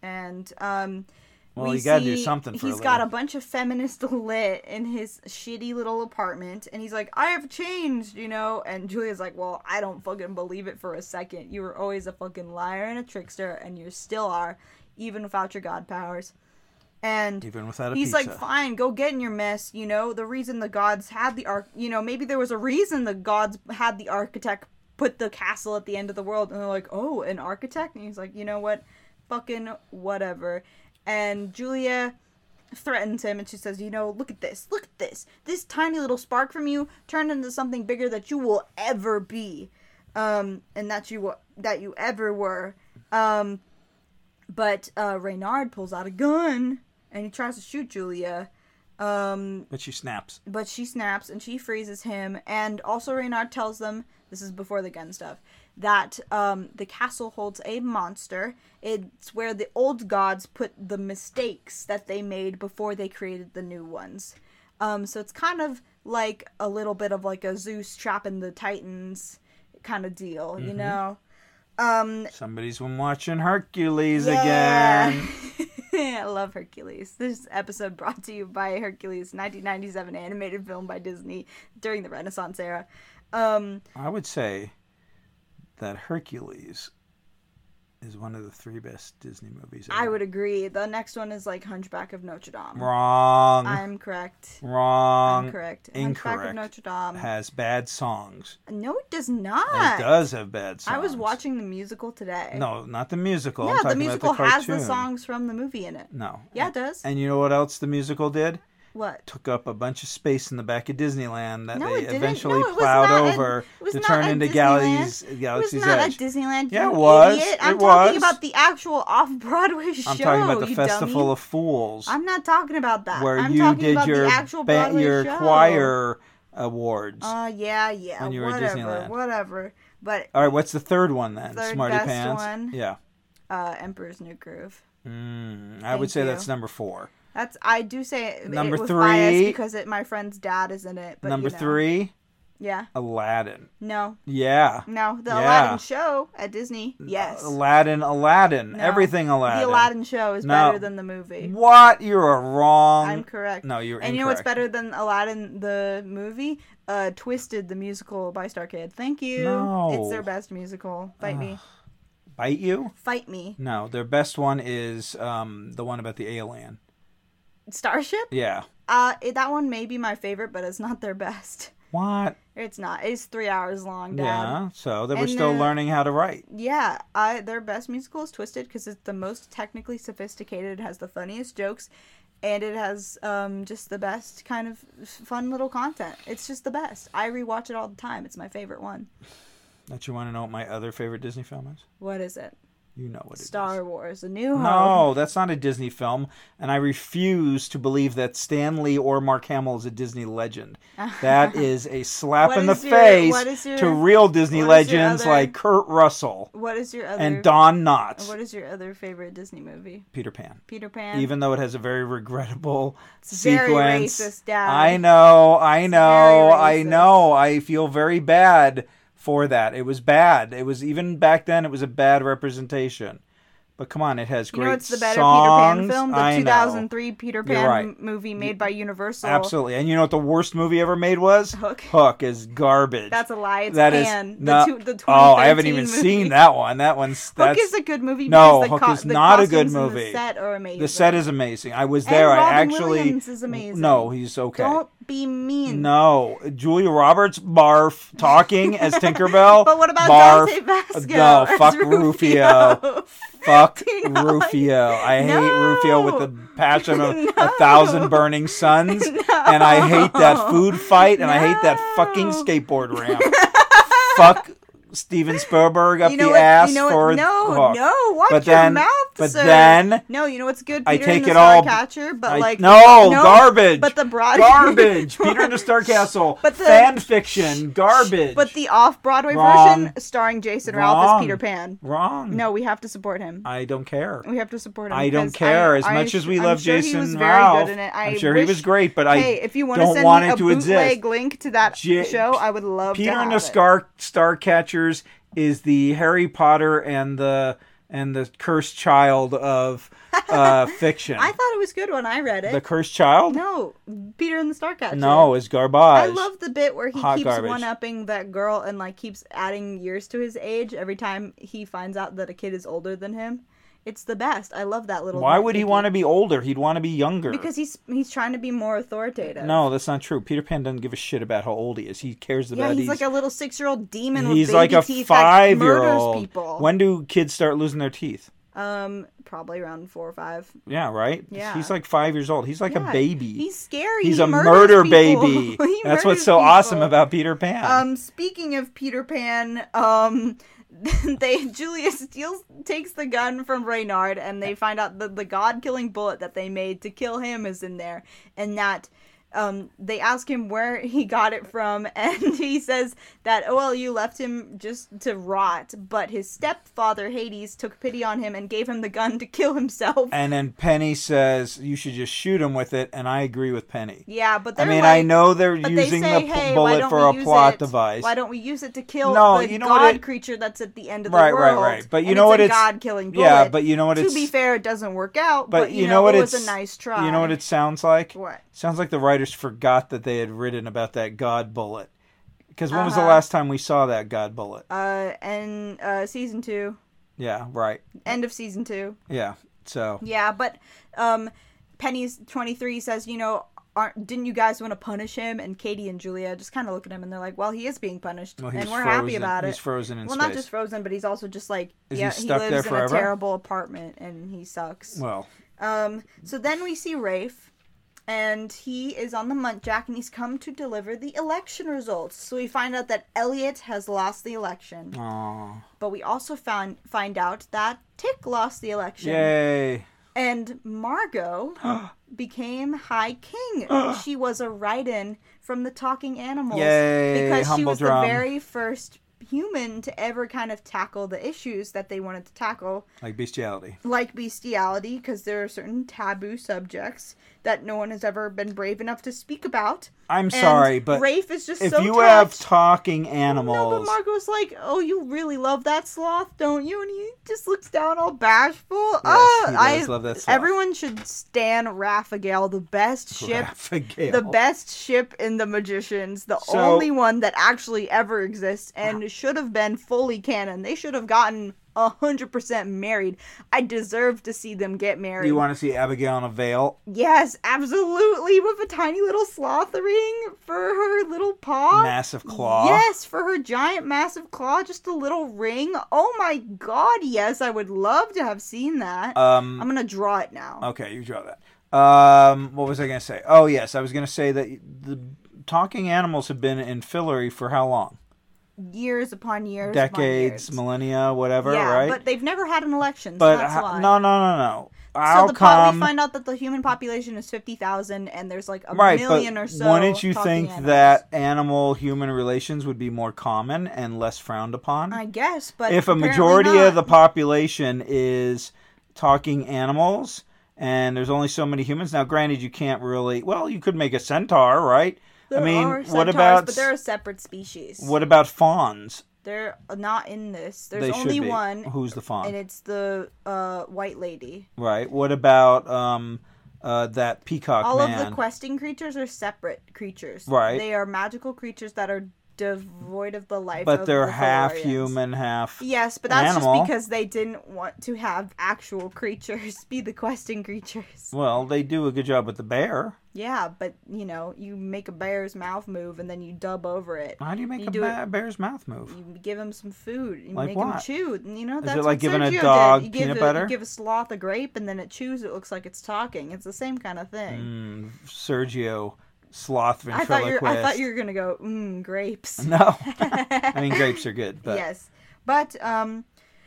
B: and um,
A: Well,
B: we
A: you gotta do
B: see
A: something for a
B: he's got a
A: living.
B: bunch of feminist lit in his shitty little apartment and he's like i have changed you know and julia's like well i don't fucking believe it for a second you were always a fucking liar and a trickster and you still are even without your god powers and
A: Even without a
B: he's
A: pizza.
B: like fine go get in your mess you know the reason the gods had the arc you know maybe there was a reason the gods had the architect put the castle at the end of the world and they're like oh an architect and he's like you know what fucking whatever and julia threatens him and she says you know look at this look at this this tiny little spark from you turned into something bigger that you will ever be um and that you wa- that you ever were um but uh, Reynard pulls out a gun and he tries to shoot Julia. Um,
A: but she snaps.
B: but she snaps and she freezes him. And also, Reynard tells them this is before the gun stuff that um, the castle holds a monster. It's where the old gods put the mistakes that they made before they created the new ones. Um, so it's kind of like a little bit of like a Zeus trapping the Titans kind of deal, you know? Um,
A: Somebody's been watching Hercules again.
B: I love Hercules. This episode brought to you by Hercules, 1997 animated film by Disney during the Renaissance era. Um,
A: I would say that Hercules is one of the three best Disney movies. Ever.
B: I would agree. The next one is like Hunchback of Notre Dame.
A: Wrong.
B: I'm correct.
A: Wrong.
B: I'm correct. Hunchback of
A: Incorrect.
B: Notre Dame.
A: Has bad songs.
B: No, it does not.
A: It does have bad songs.
B: I was watching the musical today.
A: No, not the musical. I'm
B: yeah, the
A: talking
B: musical
A: about the
B: has the
A: cartoon.
B: songs from the movie in it.
A: No.
B: Yeah, it does.
A: And you know what else the musical did?
B: what?
A: took up a bunch of space in the back of Disneyland that
B: No, it
A: they
B: didn't.
A: eventually
B: No, it was
A: plowed
B: not at-
A: over
B: it was
A: to
B: not
A: turn
B: at
A: into
B: Disneyland.
A: Galaxy's,
B: It was
A: Galaxy's
B: not
A: Edge.
B: at Disneyland.
A: Yeah,
B: you
A: it was.
B: Idiot.
A: It
B: I'm talking
A: was.
B: about the actual off-Broadway show.
A: I'm talking about the
B: you
A: Festival
B: dummy.
A: of Fools,
B: I'm not talking about that.
A: where
B: I'm
A: you
B: talking
A: did
B: about
A: your
B: the actual
A: ba-
B: Broadway
A: your
B: show.
A: choir awards.
B: Uh, yeah, yeah.
A: when you were at
B: whatever,
A: Disneyland.
B: whatever. But
A: All right, what's the third one then?
B: Third
A: Smarty
B: best
A: Pants.
B: one.
A: Yeah,
B: uh, Emperor's New Groove.
A: mm, I
B: Thank
A: would say
B: you.
A: that's number four.
B: That's I do say it,
A: Number
B: it with bias
A: three.
B: because it, my friend's dad is in it. But
A: number
B: you know.
A: three,
B: Yeah.
A: Aladdin.
B: No.
A: Yeah.
B: No. The
A: Yeah.
B: Aladdin show at Disney. Yes.
A: Aladdin, Aladdin,
B: No.
A: everything
B: The
A: Aladdin.
B: Aladdin show is
A: No.
B: better than the movie.
A: What? You are wrong.
B: I'm correct.
A: No, you're
B: And you know what's
A: incorrect.
B: better than Aladdin the movie? Uh, Twisted the musical by Starkid. Thank you.
A: No.
B: It's their best musical. Fight me.
A: Bite you?
B: Fight me.
A: No, their best one is um, the one about the alien.
B: Starship?
A: Yeah.
B: Uh, it, that one may be my favorite, but it's not their best.
A: What?
B: It's not. It's three hours long, Dad.
A: Yeah. So they were
B: And
A: still
B: the-
A: learning how to write.
B: Yeah. yeah I, their best musical is Twisted because it's the most technically sophisticated. It has the funniest jokes, and it has um, just the best kind of f- fun little content. It's just the best. I rewatch it all the time. It's my favorite one.
A: Don't you want to know what my other favorite Disney film is?
B: What is it?
A: You know what it is.
B: Star Wars: A New Hope.
A: No, that's not a Disney film, and I refuse to believe that Stan Lee or Mark Hamill is a Disney legend. That is a slap
B: What
A: in the
B: is your- what
A: face
B: is your-
A: to real Disney
B: what is your
A: legends
B: other-
A: like Kurt Russell
B: What is your other?
A: and Don Knotts.
B: What is your other favorite Disney movie?
A: Peter Pan.
B: Peter Pan.
A: Even though it has a very regrettable
B: very
A: sequence.
B: racist, Dad.
A: I know, I know, I
B: racist.
A: know. I feel very bad for that. It was bad. It was even back then it was a bad representation. But come on, it has
B: you
A: great
B: know what's the better Peter Pan
A: songs.
B: film? The
A: I know.
B: 2003 Peter Pan
A: right.
B: movie made by Universal.
A: Absolutely. And you know what the worst movie ever made was?
B: Hook.
A: Hook is garbage.
B: That's a lie. It's
A: That is
B: Pan.
A: no-
B: the two, the
A: Oh, I haven't
B: 2013
A: even
B: movie.
A: seen that one. That one's
B: Hook
A: that's
B: is a good movie.
A: No,
B: because the
A: Hook
B: co-
A: is
B: the
A: not a good
B: costumes and
A: movie.
B: The set are amazing.
A: the set is amazing. I was
B: And
A: there.
B: Robin
A: I actually
B: Williams is amazing.
A: No, he's okay.
B: Don't be mean.
A: No, Julia Roberts barf talking as Tinkerbell.
B: But what about
A: barf.
B: Dante Vasco
A: No,
B: as
A: fuck
B: Rufio?
A: Rufio. Fuck
B: Do you not like-
A: Rufio. I hate Rufio with the passion of a
B: No.
A: thousand burning suns, and I hate that food fight, and I hate that fucking
B: No.
A: skateboard ramp. fuck Steven Spielberg up
B: You know
A: the
B: what?
A: ass
B: you know what?
A: for
B: no,
A: Hook.
B: no. Watch
A: But
B: your
A: then-
B: mouth,
A: but
B: sir.
A: then-
B: no. You know what's good? Peter
A: I take
B: and the
A: it all-
B: Starcatcher, but
A: I-
B: like
A: no, garbage.
B: But the broad
A: garbage. Peter and the Starcastle.
B: But the-
A: fan fiction. Garbage.
B: But the off-Broadway
A: Wrong.
B: version, starring Jason Ralph
A: Wrong.
B: as Peter Pan.
A: wrong.
B: No, we have to support him.
A: I don't care.
B: We have to support him.
A: I don't
B: because
A: care. as
B: I-
A: much as we
B: I'm
A: love
B: sure he
A: Jason
B: was very
A: Ralph,
B: good in it. I
A: I'm sure
B: wish-
A: he was great, but I
B: hey, if you want to
A: don't
B: send
A: want
B: me
A: it
B: a
A: to
B: bootleg
A: exist.
B: link to that
A: J-
B: show, I would love to
A: Peter and
B: have
A: the
B: it.
A: Star Starcatchers is the Harry Potter and the and the cursed child of uh, fiction.
B: I thought it was good when I read it.
A: the cursed child?
B: No, Peter and the Starcatcher.
A: No, it's garbage.
B: I love the bit where he
A: Hot
B: keeps
A: garbage.
B: one upping that girl and like keeps adding years to his age every time he finds out that a kid is older than him. It's the best. I love that little.
A: Why would he
B: nitpicky-
A: want to be older? He'd want to be younger.
B: Because he's he's trying to be more authoritative.
A: no, that's not true. Peter Pan doesn't give a shit about how old he is. He cares about
B: Yeah, he's
A: he's
B: like a little six-year-old demon with
A: he's
B: baby
A: like a
B: teeth that murders
A: five-year-old.
B: people.
A: When do kids start losing their teeth?
B: Um, probably around four or five.
A: Yeah, right.
B: Yeah.
A: he's like five years old. He's like
B: Yeah,
A: a baby.
B: He's scary.
A: He's
B: He
A: a
B: murders
A: murder
B: people.
A: baby.
B: He
A: That's
B: murders
A: what's so awesome
B: people.
A: about Peter Pan.
B: Um, speaking of Peter Pan, um, they Julia steals takes the gun from Reynard, and they find out that the god-killing bullet that they made to kill him is in there, and that. Um, they ask him where he got it from, and he says that OLU left him just to rot, but his stepfather Hades took pity on him and gave him the gun to kill himself.
A: and then Penny says you should just shoot him with it, and I agree with Penny.
B: yeah, but
A: I
B: they're
A: mean, I
B: like-
A: know they're
B: But
A: using
B: they say,
A: the p-
B: hey, why
A: bullet
B: don't
A: for a
B: we use
A: plot
B: it?
A: device.
B: Why don't we use it to kill
A: No,
B: the
A: you know what
B: god
A: it-
B: creature that's at the end of the
A: Right,
B: world?
A: right, right. But you
B: And
A: know what
B: it's a
A: it's-
B: god killing bullet.
A: yeah, but you know what
B: to
A: it's.
B: be fair, it doesn't work out.
A: but, you know, what
B: it
A: it's.
B: was a nice try.
A: You know what it sounds like?
B: What?
A: Sounds like the writers forgot that they had written about that God bullet. Because when was the
B: Uh-huh.
A: last time we saw that God bullet?
B: Uh, and uh, season two,
A: Yeah, right.
B: end of season two.
A: Yeah. So
B: Yeah, but um, Penny's twenty three says, you know. Aren't, didn't you guys want to punish him? And Katie and Julia just kind of look at him and they're like, "Well, he is being punished,
A: well, he's
B: and we're
A: frozen.
B: happy about
A: He's
B: it."
A: frozen in
B: Well,
A: space.
B: not just frozen, but he's also just like,
A: Is he
B: yeah, he,
A: stuck there
B: lives in a
A: forever?
B: terrible apartment and he sucks.
A: well,
B: Um, so then we see Rafe, and he is on the Muntjac, and he's come to deliver the election results. So we find out that Elliot has lost the election,
A: Oh. aw.
B: but we also found find out that Tick lost the election,
A: yay.
B: and Margot became High King. she was a write-in from the Talking Animals
A: Yay,
B: because she
A: humble
B: was
A: drum.
B: the very first human to ever kind of tackle the issues that they wanted to tackle
A: Like bestiality.
B: like bestiality because there are certain taboo subjects that no one has ever been brave enough to speak about.
A: I'm
B: And
A: sorry, but
B: Rafe is just
A: if
B: so
A: you
B: touched.
A: have talking
B: no, but
A: animals,
B: Margot's like, "Oh, you really love that sloth, don't you?" And he just looks down all bashful. Yes,
A: he does love that sloth.
B: Everyone should stan Raphagale, the best ship,
A: Raphael.
B: the best ship in the Magicians, the
A: So-
B: only one that actually ever exists, and should have been fully canon. They should have gotten hundred percent married. I deserve to see them get married.
A: you want to see Abigail in a veil?
B: Yes, absolutely. With a tiny little sloth ring for her little paw.
A: Massive claw.
B: Oh, Yes, for her giant, massive claw. Just a little ring. Oh my god, yes. I would love to have seen that.
A: Um.
B: I'm going to draw it now.
A: Okay, you draw that. Um. What was I going to say? Oh yes, I was going to say that the talking animals have been in Fillory for how long?
B: years upon years, upon
A: decades,
B: years.
A: millennia, whatever,
B: yeah,
A: right?
B: but they've never had an election, so
A: But
B: that's
A: ho-
B: why.
A: no, no, no, no.
B: so
A: How
B: the po-
A: come?
B: we find out that the human population is fifty thousand, and there's like a
A: right,
B: million
A: but
B: or so.
A: wouldn't you
B: talking
A: think
B: animals.
A: that animal-human relations would be more common and less frowned upon?
B: I guess, but
A: if a
B: apparently
A: majority
B: not.
A: of the population is talking animals and there's only so many humans now granted you can't really well you could make a centaur right
B: There
A: i mean
B: are
A: what
B: centaurs,
A: about
B: But they're a separate species.
A: what about fawns
B: They're not in this. There's
A: they
B: only
A: should be
B: one,
A: who's the fawn
B: and it's the uh, white lady.
A: right what about um uh that peacock
B: All
A: man
B: of the questing creatures are separate creatures.
A: Right.
B: They are magical creatures that are devoid of the life.
A: but
B: of
A: they're
B: the
A: half
B: Thalarians.
A: human half
B: Yes, but that's
A: animal.
B: just because they didn't want to have actual creatures be the questing creatures.
A: well they do a good job with the bear
B: Yeah, but you know, you make a bear's mouth move and then you dub over it.
A: how do you make
B: You
A: a
B: do
A: ba- bear's mouth move
B: You give him some food. You
A: Like
B: make him
A: what?
B: chew. and, You know, that's
A: it like
B: what
A: giving a
B: Sergio
A: dog
B: did. You
A: peanut
B: give A,
A: butter?
B: you give a sloth a grape and then it chews. It looks like it's talking. It's the same kind of thing.
A: Mm, sergio sloth
B: I
A: ventriloquist
B: thought you. I thought you were gonna go. Mmm, grapes.
A: no i mean grapes are good but
B: Yes, but um,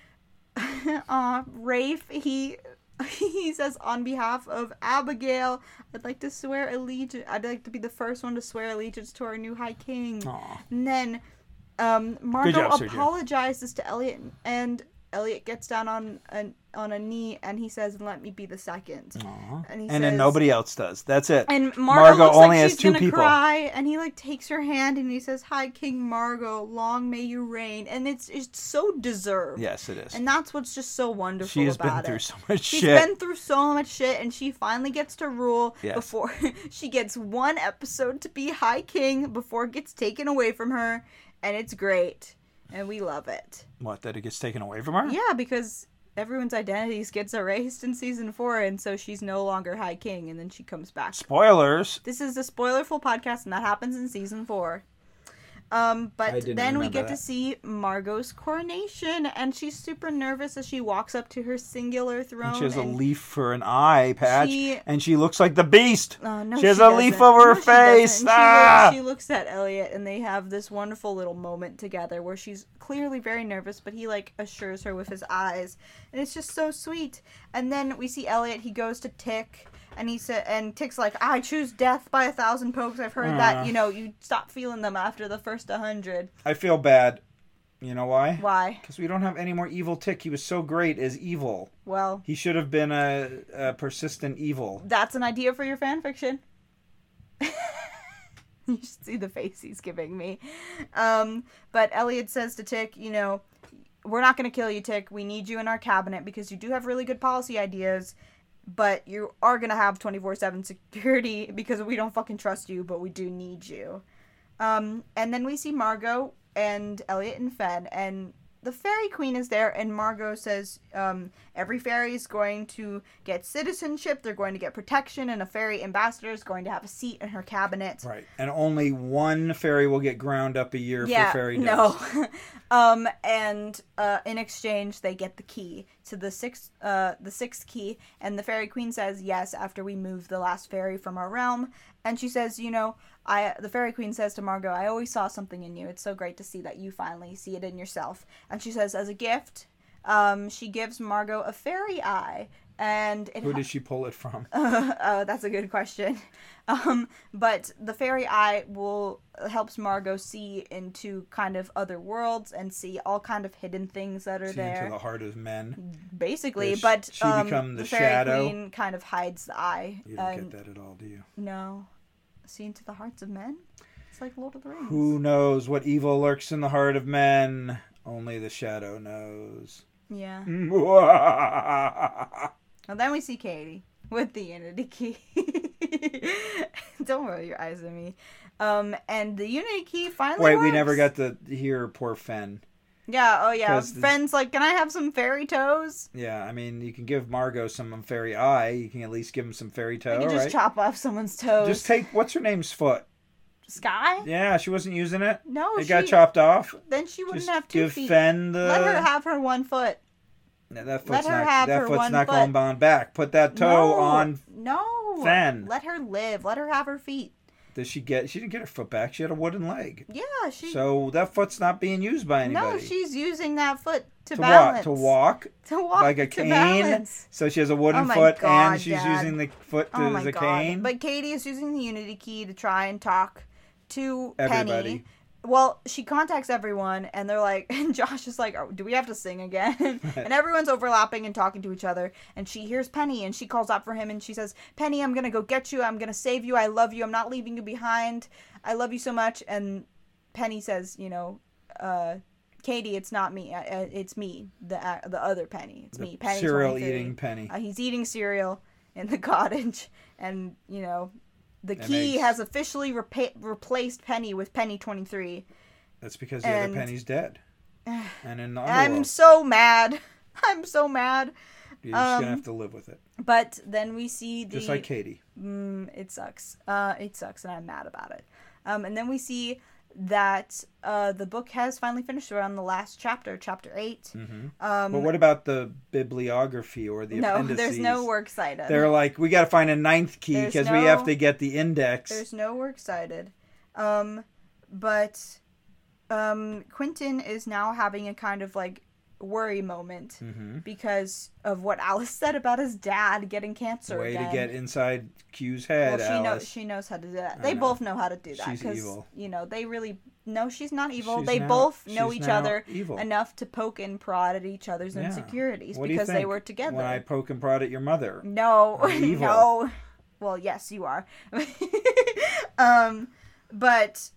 B: uh, Rafe he he says on behalf of Abigail, I'd like to swear allegiance. I'd like to be the first one to swear allegiance to our new High King.
A: Aw.
B: And then um, Margot
A: Oh. job, Sergio.
B: apologizes to Elliot, and Elliot gets down on an, on a knee and he says, "Let me be the second.
A: Aw.
B: And he
A: and then
B: says-
A: nobody else does. That's it.
B: And Margot,
A: Margot
B: looks
A: only
B: like
A: has
B: she's
A: two
B: gonna
A: people.
B: cry, and he like takes her hand and he says, "Hi, King Margot. Long may you reign." And it's it's so deserved.
A: yes, it is.
B: And that's what's just so wonderful.
A: She has been
B: about
A: through
B: it.
A: so much
B: She's
A: shit.
B: been through so much shit, and she finally gets to rule
A: Yes.
B: before she gets one episode to be High King before it gets taken away from her, and it's great, and we love it.
A: What? That it gets taken away from her?
B: Yeah, because everyone's identities gets erased in season four, and so she's no longer High King, and then she comes back.
A: Spoilers.
B: This is a spoilerful podcast, and that happens in season four. Um,
A: I
B: but
A: didn't
B: then we
A: remember
B: get to
A: that.
B: see Margot's coronation, and she's super nervous as she walks up to her singular throne.
A: And she has a
B: Oh, and-
A: leaf for an eye patch,
B: She-
A: and she looks like the beast.
B: Oh, no,
A: she has a leaf
B: doesn't.
A: over
B: No,
A: her
B: she doesn't.
A: face.
B: And She,
A: Ah!
B: looks, she looks at Elliot, and they have this wonderful little moment together where she's clearly very nervous, but he like assures her with his eyes, and it's just so sweet. And then we see Elliot. He goes to Tick, and he said, and Tick's like, "I choose death by a thousand pokes." I've heard
A: Ah.
B: that. You know, you stop feeling them after the first hundred.
A: I feel bad. You know why?
B: Why?
A: Because we don't have any more evil tick. He was so great as evil.
B: Well,
A: He should have been a, a persistent evil.
B: that's an idea for your fan fiction. you should see the face he's giving me. Um, but Elliot says to Tick, you know, we're not going to kill you, Tick. We need you in our cabinet because you do have really good policy ideas, but you are going to have 24 7 security because we don't fucking trust you, but we do need you. Um, and then we see Margot and Elliot and Fed, and the fairy queen is there, and Margot says um, every fairy is going to get citizenship, they're going to get protection, and a fairy ambassador is going to have a seat in her cabinet.
A: Right. And only one fairy will get ground up a year
B: Yeah,
A: for fairy
B: no.
A: dust.
B: um, and uh, in exchange, they get the key to the sixth, uh, the sixth key, and the fairy queen says yes after we move the last fairy from our realm, and she says, you know, I. The fairy queen says to Margot, I always saw something in you. It's so great to see that you finally see it in yourself, and she says, as a gift, um, she gives Margot a fairy eye. And it
A: Who did she pull it from?
B: oh, that's a good question. Um, but the fairy eye will helps Margot see into kind of other worlds and see all kind of hidden things that are
A: See
B: there,
A: into the heart of men.
B: basically.
A: Does
B: But
A: she
B: um,
A: become
B: the,
A: the
B: fairy
A: shadow?
B: queen kind of hides the eye.
A: You don't
B: and
A: get that at all, do you?
B: no, see into the hearts of men. It's like Lord of the Rings.
A: Who knows what evil lurks in the heart of men? Only the shadow knows.
B: Yeah.
A: That's
B: And then we see Katie with the Unity key. Don't roll your eyes at me. Um, and the Unity key finally.
A: Wait, we never
B: works.
A: got to hear poor Fen.
B: Yeah, oh yeah.
A: 'Cause the-
B: Friends like, can I have some fairy toes?
A: Yeah, I mean, you can give Margot some um, fairy eye. You can at least give him some fairy toe,
B: I can just
A: right?
B: chop off someone's toes.
A: Just take what's her name's foot.
B: Sky?
A: Yeah, she wasn't using it.
B: No,
A: it
B: Oh, she,
A: got chopped off.
B: then she wouldn't
A: Just
B: have two
A: give
B: feet.
A: Fen the.
B: Let her have her one foot.
A: No, that
B: let
A: foot's
B: her
A: not.
B: have
A: that
B: her
A: foot's
B: one
A: not
B: foot.
A: going on back. Put that toe
B: no,
A: on.
B: No.
A: Fen.
B: Let her live. Let her have her feet.
A: Does she get? She didn't get her foot back. She had a wooden leg.
B: Yeah, she.
A: So that foot's not being used by anybody.
B: no, she's using that foot to,
A: to walk
B: balance.
A: to walk
B: To walk.
A: like a
B: to
A: cane.
B: balance.
A: So she has a wooden
B: Oh my
A: foot
B: God,
A: and she's
B: Dad.
A: using the foot
B: Oh
A: as
B: my
A: a
B: god!
A: cane.
B: But Katie is using the Unity key to try and talk to Penny.
A: Everybody.
B: Well, she contacts everyone, and they're like, and Josh is like, oh, "Do we have to sing again?" and everyone's overlapping and talking to each other. And she hears Penny, and she calls out for him, and she says, "Penny, I'm gonna go get you. I'm gonna save you. I love you. I'm not leaving you behind. I love you so much." And Penny says, "You know, uh, Katie, it's not me. I- I- It's me. The uh, the other Penny. It's me. Penny
A: Cereal
B: 23."
A: eating Penny.
B: Uh, he's eating cereal in the cottage, and you know, the
A: And
B: key
A: eggs.
B: has officially repa- replaced Penny with Penny Twenty Three.
A: That's because the
B: and-
A: other Penny's dead. and in the
B: I'm
A: underworld,
B: so mad. I'm so mad.
A: you're just
B: um,
A: gonna have to live with it,
B: But then we see the
A: just like Katie.
B: mm, it sucks. Uh, it sucks, and I'm mad about it. Um, and then we see that uh, the book has finally finished. We're on the last chapter, chapter 8
A: Mhm.
B: Um,
A: but what about the bibliography or the
B: no,
A: appendices?
B: there's no works cited.
A: They're like, we got to find a ninth key
B: There's
A: because we have
B: no-
A: to get the index.
B: There's no work cited. Um, but um, Quentin is now having a kind of like worry moment
A: hmm
B: because of what Alice said about his dad getting cancer.
A: Way
B: again.
A: to get inside Q's
B: Well,
A: head,
B: she knows
A: Alice.
B: she knows how to do
A: I
B: that. They
A: know.
B: both know how to do that
A: She's
B: because
A: evil.
B: you know they really no. She's not evil.
A: She's
B: they
A: now-
B: both know
A: she's
B: each
A: now
B: other
A: Evil.
B: enough to poke and prod at each other's
A: Yeah.
B: insecurities
A: What do you
B: because they
A: think
B: were together.
A: When I poke and prod at your mother,
B: No,
A: I'm evil.
B: no. Well, yes, you are. um, but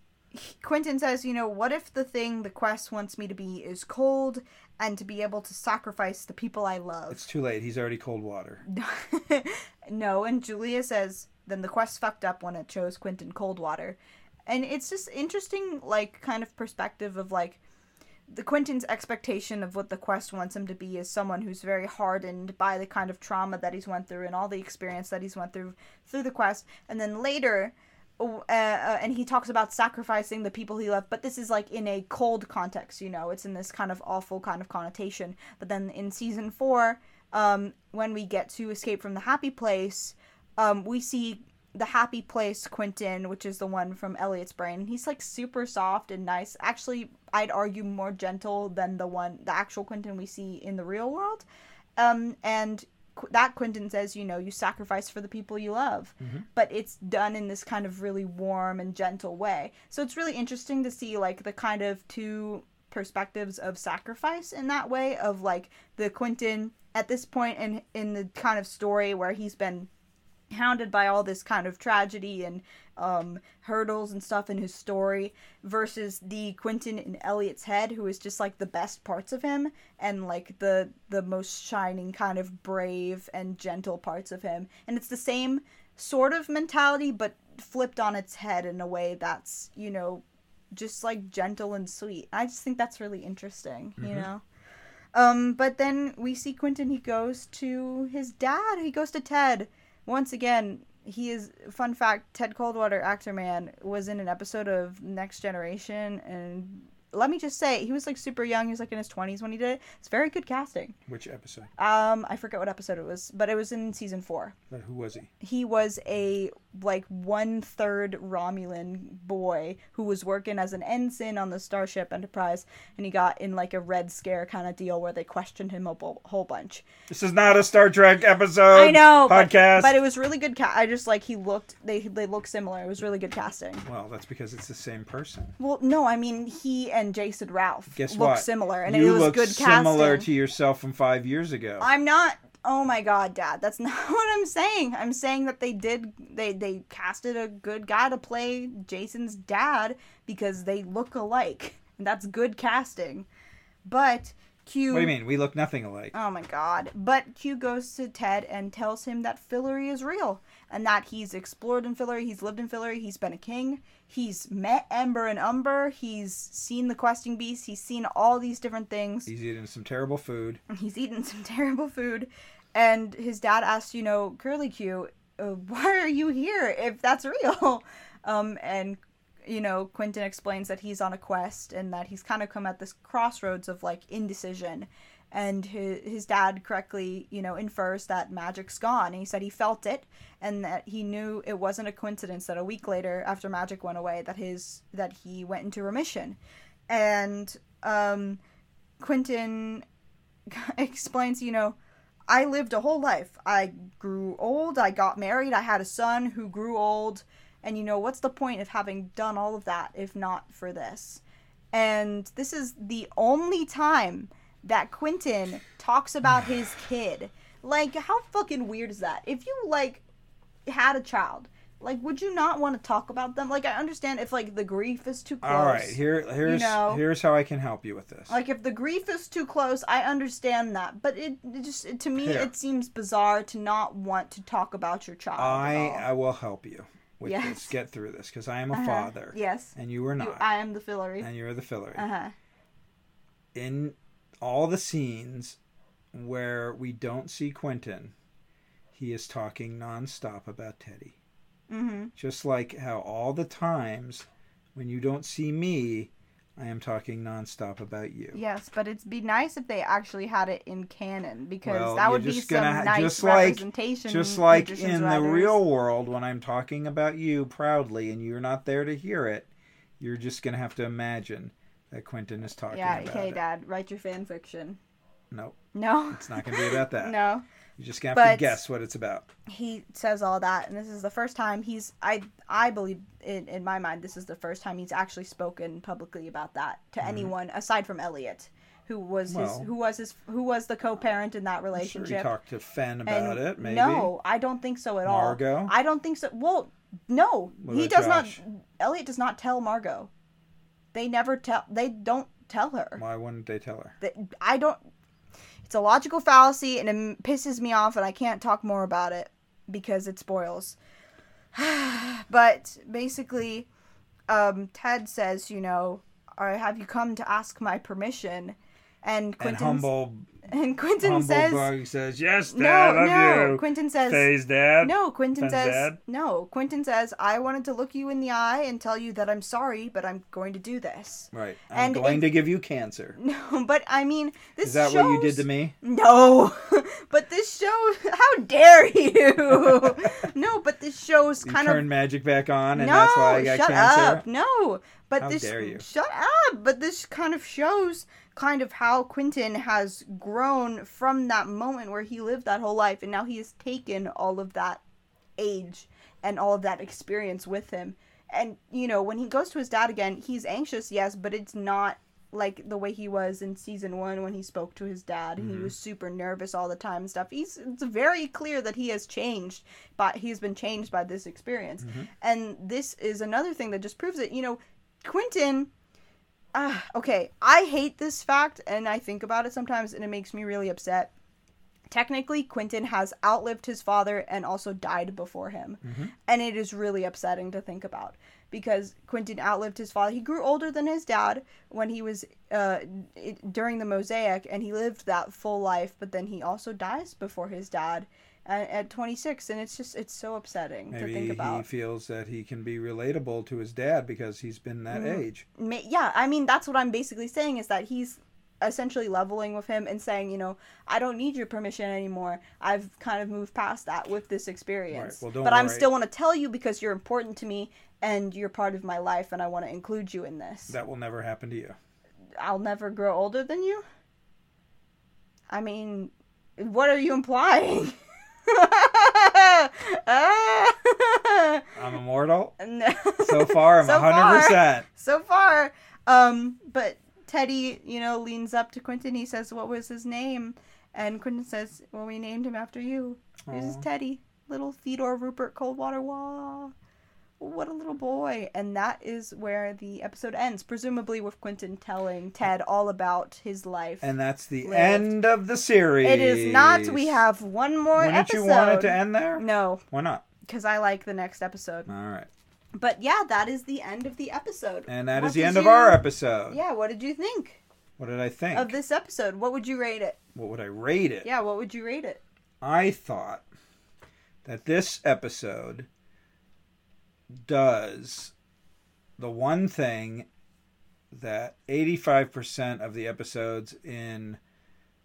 B: Quentin says, you know, what if the thing the quest wants me to be is cold and to be able to sacrifice the people I
A: it's
B: love?
A: too late. He's already cold water.
B: no, and Julia says, then the quest fucked up when it chose Quentin Coldwater. And it's just interesting, like, kind of perspective of like, the Quentin's expectation of what the quest wants him to be is someone who's very hardened by the kind of trauma that he's went through and all the experience that he's went through through the quest and then later uh, uh, and he talks about sacrificing the people he loved but this is like in a cold context you know it's in this kind of awful kind of connotation but then in season four um, when we get to escape from the happy place um, we see the happy place Quentin, which is the one from Elliot's brain. He's like super soft and nice. Actually, I'd argue more gentle than the one, the actual Quentin we see in the real world. Um, and Qu- that Quentin says, you know, you sacrifice for the people you love, but it's done in this kind of really warm and gentle way. So it's really interesting to see like the kind of two perspectives of sacrifice in that way of like the Quentin at this point in in the kind of story where he's been hounded by all this kind of tragedy and um, hurdles and stuff in his story versus the Quentin in Elliot's head who is just like the best parts of him and like the the most shining kind of brave and gentle parts of him and it's the same sort of mentality but flipped on its head in a way that's you know just like gentle and sweet i just think that's really interesting you know um, but then we see Quentin. He goes to his dad. He goes to Ted. Once again, he is. Fun fact: Ted Coldwater, actor man, was in an episode of Next Generation, and let me just say, he was like super young. He was like in his twenties when he did it. It's very good casting.
A: Which episode?
B: Um, I forget what episode it was, but it was in season four.
A: But who was he?
B: He was a like one third Romulan boy who was working as an ensign on the Starship Enterprise, and he got in like a Red Scare kind of deal where they questioned him a bu- whole bunch.
A: This is not a Star Trek episode.
B: I know but-
A: podcast.
B: but, it was really good. Ca- I just like he looked they they look similar. It was really good casting.
A: well, that's because it's the same person.
B: Well, no, I mean he and Jason Ralph
A: Guess
B: look
A: what?
B: similar, and
A: you
B: it was
A: look
B: good
A: similar
B: casting.
A: to yourself from five years ago.
B: I'm not. Oh my god, Dad, that's not what I'm saying. I'm saying that they did. They they casted a good guy to play Jason's dad because they look alike, and that's good casting. But Q.
A: what do you mean? We look nothing alike.
B: Oh my god. But Q goes to Ted and tells him that Fillory is real and that he's explored in Fillory, he's lived in Fillory, he's been a king, he's met Ember and Umber, he's seen the questing beast, he's seen all these different things.
A: He's eating some terrible food.
B: He's eaten some terrible food and his dad asks, you know, Curly Q, uh, why are you here if that's real? Um and you know, Quentin explains that he's on a quest and that he's kind of come at this crossroads of like indecision and his, his dad correctly you know infers that magic's gone and he said he felt it and that he knew it wasn't a coincidence that a week later after magic went away that his that he went into remission and um quentin explains you know i lived a whole life i grew old i got married i had a son who grew old and you know what's the point of having done all of that if not for this and this is the only time that Quentin talks about his kid. Like, how fucking weird is that? If you, like, had a child, like, would you not want to talk about them? Like, I understand if, like, the grief is too close.
A: All right, here, here's
B: know.
A: here's how I can help you with this.
B: Like, if the grief is too close, I understand that. But it, it just, it, to me,
A: Here.
B: it seems bizarre to not want to talk about your child. at
A: I
B: all.
A: I will help you with
B: Yes.
A: this. Get through this because I am a
B: Uh-huh.
A: father,
B: Yes.
A: and you are
B: You,
A: not,
B: I am the fillery.
A: and you are the fillery.
B: Uh huh.
A: in all the scenes where we don't see Quentin, he is talking nonstop about Teddy.
B: Mm
A: Just like how all the times when you don't see me, I am talking nonstop about you.
B: hmm. Yes, but it'd be nice if they actually had it in canon because
A: Well,
B: that
A: you're
B: would be
A: just
B: some
A: gonna ha-
B: nice
A: just like-
B: representation.
A: Just like
B: magicians,
A: in the
B: writers.
A: real world, when I'm talking about you proudly and you're not there to hear it, you're just going to have to imagine that Quentin is talking
B: Yeah,
A: about
B: okay,
A: it.
B: Dad, write your fan fiction.
A: Nope,
B: No.
A: it's not going to be about that.
B: No.
A: You're just going to have
B: But-
A: to guess what it's about.
B: He says all that and this is the first time he's I I believe in, in my mind this is the first time he's actually spoken publicly about that to anyone aside from Elliot, who was
A: Mm-hmm. Well-
B: his who was his who was the co parent in
A: I'm
B: that
A: sure
B: relationship.
A: you talked to Fenn about
B: and
A: it, maybe.
B: No, I don't think so at all.
A: Margot?
B: I don't think so. Well, no,
A: What
B: he
A: about
B: does
A: Josh?
B: not. Elliot does not tell Margot. They never tell. They don't tell her.
A: Why wouldn't they tell her?
B: that I don't. It's a logical fallacy, and it pisses me off, and I can't talk more about it because it spoils. but basically, um, Ted says, you know, or have you come to ask my permission? And
A: And
B: Quentin
A: humble,
B: and Quentin
A: humble
B: says,
A: bug says, "Yes, Dad,
B: no,
A: I love
B: no.
A: you."
B: Quentin says,
A: Faye's dad.
B: no, Quentin
A: Fenn's
B: says
A: dad?
B: no. Quentin says I wanted to look you in the eye and tell you that I'm sorry, but I'm going to do this.
A: Right. I'm
B: And
A: going
B: it-
A: to give you cancer.
B: No, but I mean, this
A: Is that
B: shows...
A: what you did to me?
B: No, but this show. How dare you? no, but this show's
A: You
B: kind
A: turned
B: of.
A: magic back on, and
B: no,
A: that's why I got
B: shut
A: cancer.
B: up. No, but
A: How
B: this.
A: dare you.
B: Shut up. But this kind of shows kind of how Quentin has grown from that moment where he lived that whole life, and now he has taken all of that age and all of that experience with him. And you know, when he goes to his dad again, he's anxious, yes, but it's not like the way he was in season one when he spoke to his dad. He was super nervous all the time and stuff. He's it's very clear that he has changed, but he's been changed by this experience. And this is another thing that just proves it. You know, Quentin. ah, okay, I hate this fact, and I think about it sometimes, and it makes me really upset technically Quentin has outlived his father and also died before him.
A: Mm-hmm.
B: And it is really upsetting to think about because Quentin outlived his father. He grew older than his dad when he was uh, it, during the mosaic and he lived that full life, but then he also dies before his dad at, at 26 and it's just it's so upsetting to think
A: Maybe he
B: about.
A: feels that he can be relatable to his dad because he's been that
B: Mm.
A: age.
B: ma- yeah, I mean that's what I'm basically saying is that he's essentially leveling with him and saying, you know, I don't need your permission anymore. I've kind of moved past that with this experience.
A: well, don't
B: but I'm
A: worry.
B: still want to tell you because you're important to me and you're part of my life and I want to include you in this.
A: That will never happen to you.
B: I'll never grow older than you. I mean, what are you implying? Ah.
A: I'm immortal.
B: No.
A: So far, I'm
B: So far.
A: 100%.
B: so far. Um, but Teddy, you know, leans up to Quentin. He says, "What was his name?" And Quentin says, "Well, we named him after you. This is
A: Aw.
B: Teddy, little Theodore Rupert Coldwater Waugh. What a little boy!" And that is where the episode ends, presumably with Quentin telling Ted all about his life.
A: And that's the
B: Lived.
A: end of the series.
B: it is not. We have one more
A: Wouldn't
B: episode.
A: you want it to end there?
B: No,
A: Why not?
B: because I like the next episode.
A: All right.
B: But yeah, that is the end of the episode.
A: And that is
B: What
A: the
B: did
A: end of
B: you-
A: our episode.
B: Yeah, what did you think
A: What did I think?
B: of this episode? What would you rate it?
A: what would I rate it?
B: Yeah, what would you rate it?
A: I thought that this episode does the one thing that 85% of the episodes in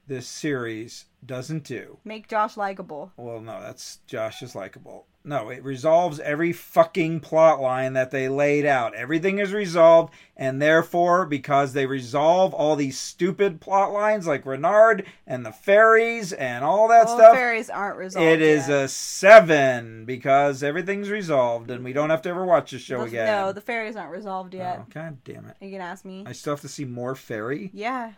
A: this series doesn't do.
B: Make Josh likable.
A: Well, no, that's Josh is likable. No, it resolves every fucking plot line that they laid out. Everything is resolved, and therefore, because they resolve all these stupid plot lines like Renard and the fairies and all that
B: Well,
A: stuff,
B: fairies aren't resolved.
A: it is
B: yet.
A: a seven because everything's resolved, and we don't have to ever watch the show
B: The-
A: again.
B: No, the fairies aren't resolved yet.
A: Oh, God damn it!
B: You can ask me.
A: I still have to see more fairy.
B: Yeah.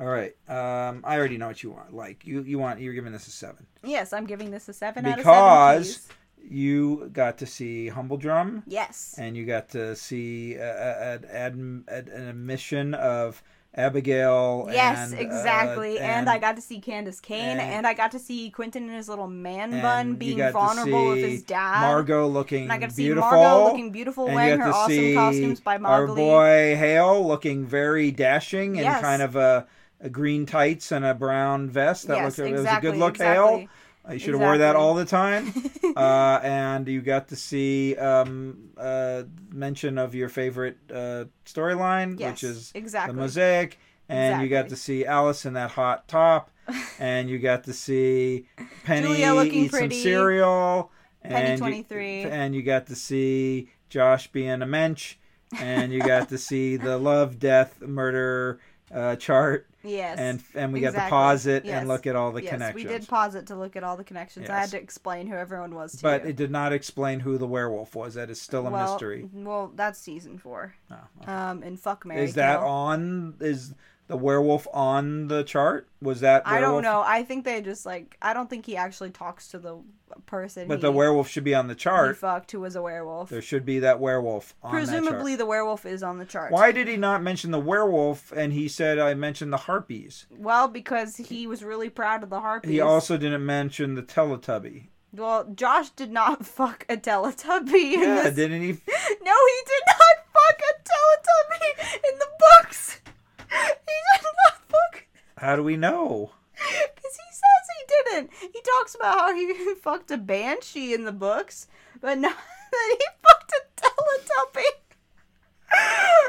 A: All right, um, I already know what you want. Like you, you want you're giving this a seven.
B: Yes, I'm giving this a seven out of seven.
A: Because-
B: please.
A: You got to see Humble Drum.
B: Yes.
A: and you got to see uh, uh, an, adm- an an admission of Abigail.
B: Yes,
A: and, uh,
B: exactly. and, I got to see Candace Kane, and,
A: and-
B: I got to see Quentin in his little man
A: and
B: bun
A: you
B: being
A: got to
B: vulnerable with
A: see
B: his dad.
A: Margot looking
B: and I got to see
A: beautiful.
B: Margot looking beautiful,
A: and you
B: wearing
A: got
B: her
A: to
B: awesome
A: see
B: costumes by
A: our
B: Margot. Lee.
A: boy Hale looking very dashing in
B: Yes.
A: kind of a, a green tights and a brown vest. That
B: yes,
A: looked it was a
B: exactly,
A: good look,
B: exactly.
A: Hale. Uh, You should have wore that
B: Exactly.
A: all the time. uh, and you got to see um, uh, mention of your favorite uh, storyline,
B: Yes,
A: which is
B: exactly.
A: the mosaic and you got
B: Exactly.
A: to see alice in that hot top and you got to see penny
B: Julia looking
A: eat
B: pretty.
A: some cereal
B: Penny
A: and you-
B: 23.
A: and you got to see josh being a mensch and you got to see the love death murder uh, chart
B: Yes.
A: and and we got to
B: exactly.
A: pause it
B: Yes.
A: and look at all the
B: yes, we
A: connections
B: did pause it to look at all the connections. I had
A: Yes.
B: to explain who everyone was to
A: but
B: you.
A: it did not explain who the werewolf was that is still a
B: well, mm,
A: mystery
B: Well, that's season four.
A: Oh, okay.
B: Um, and fuck Mary.
A: is that
B: Kill.
A: on is the werewolf on the chart was that
B: I don't
A: werewolf
B: know. I think they just like. I don't think he actually talks to the person.
A: But
B: he,
A: the werewolf should be on the
B: he
A: chart.
B: fucked who was a werewolf.
A: There should be that werewolf on that
B: Presumably,
A: chart.
B: the werewolf is on the chart.
A: Why did he not mention the werewolf and he said I mentioned the harpies?
B: Well, because he was really proud of the harpies.
A: He also didn't mention the Teletubby.
B: Well, Josh did not fuck a Teletubby. in
A: Yeah,
B: this.
A: didn't he?
B: No, he did not fuck a Teletubby in the books. He did not fuck.
A: How do we know?
B: Because he says he didn't. He talks about how he fucked a banshee in the books, but not that he fucked a Teletubby.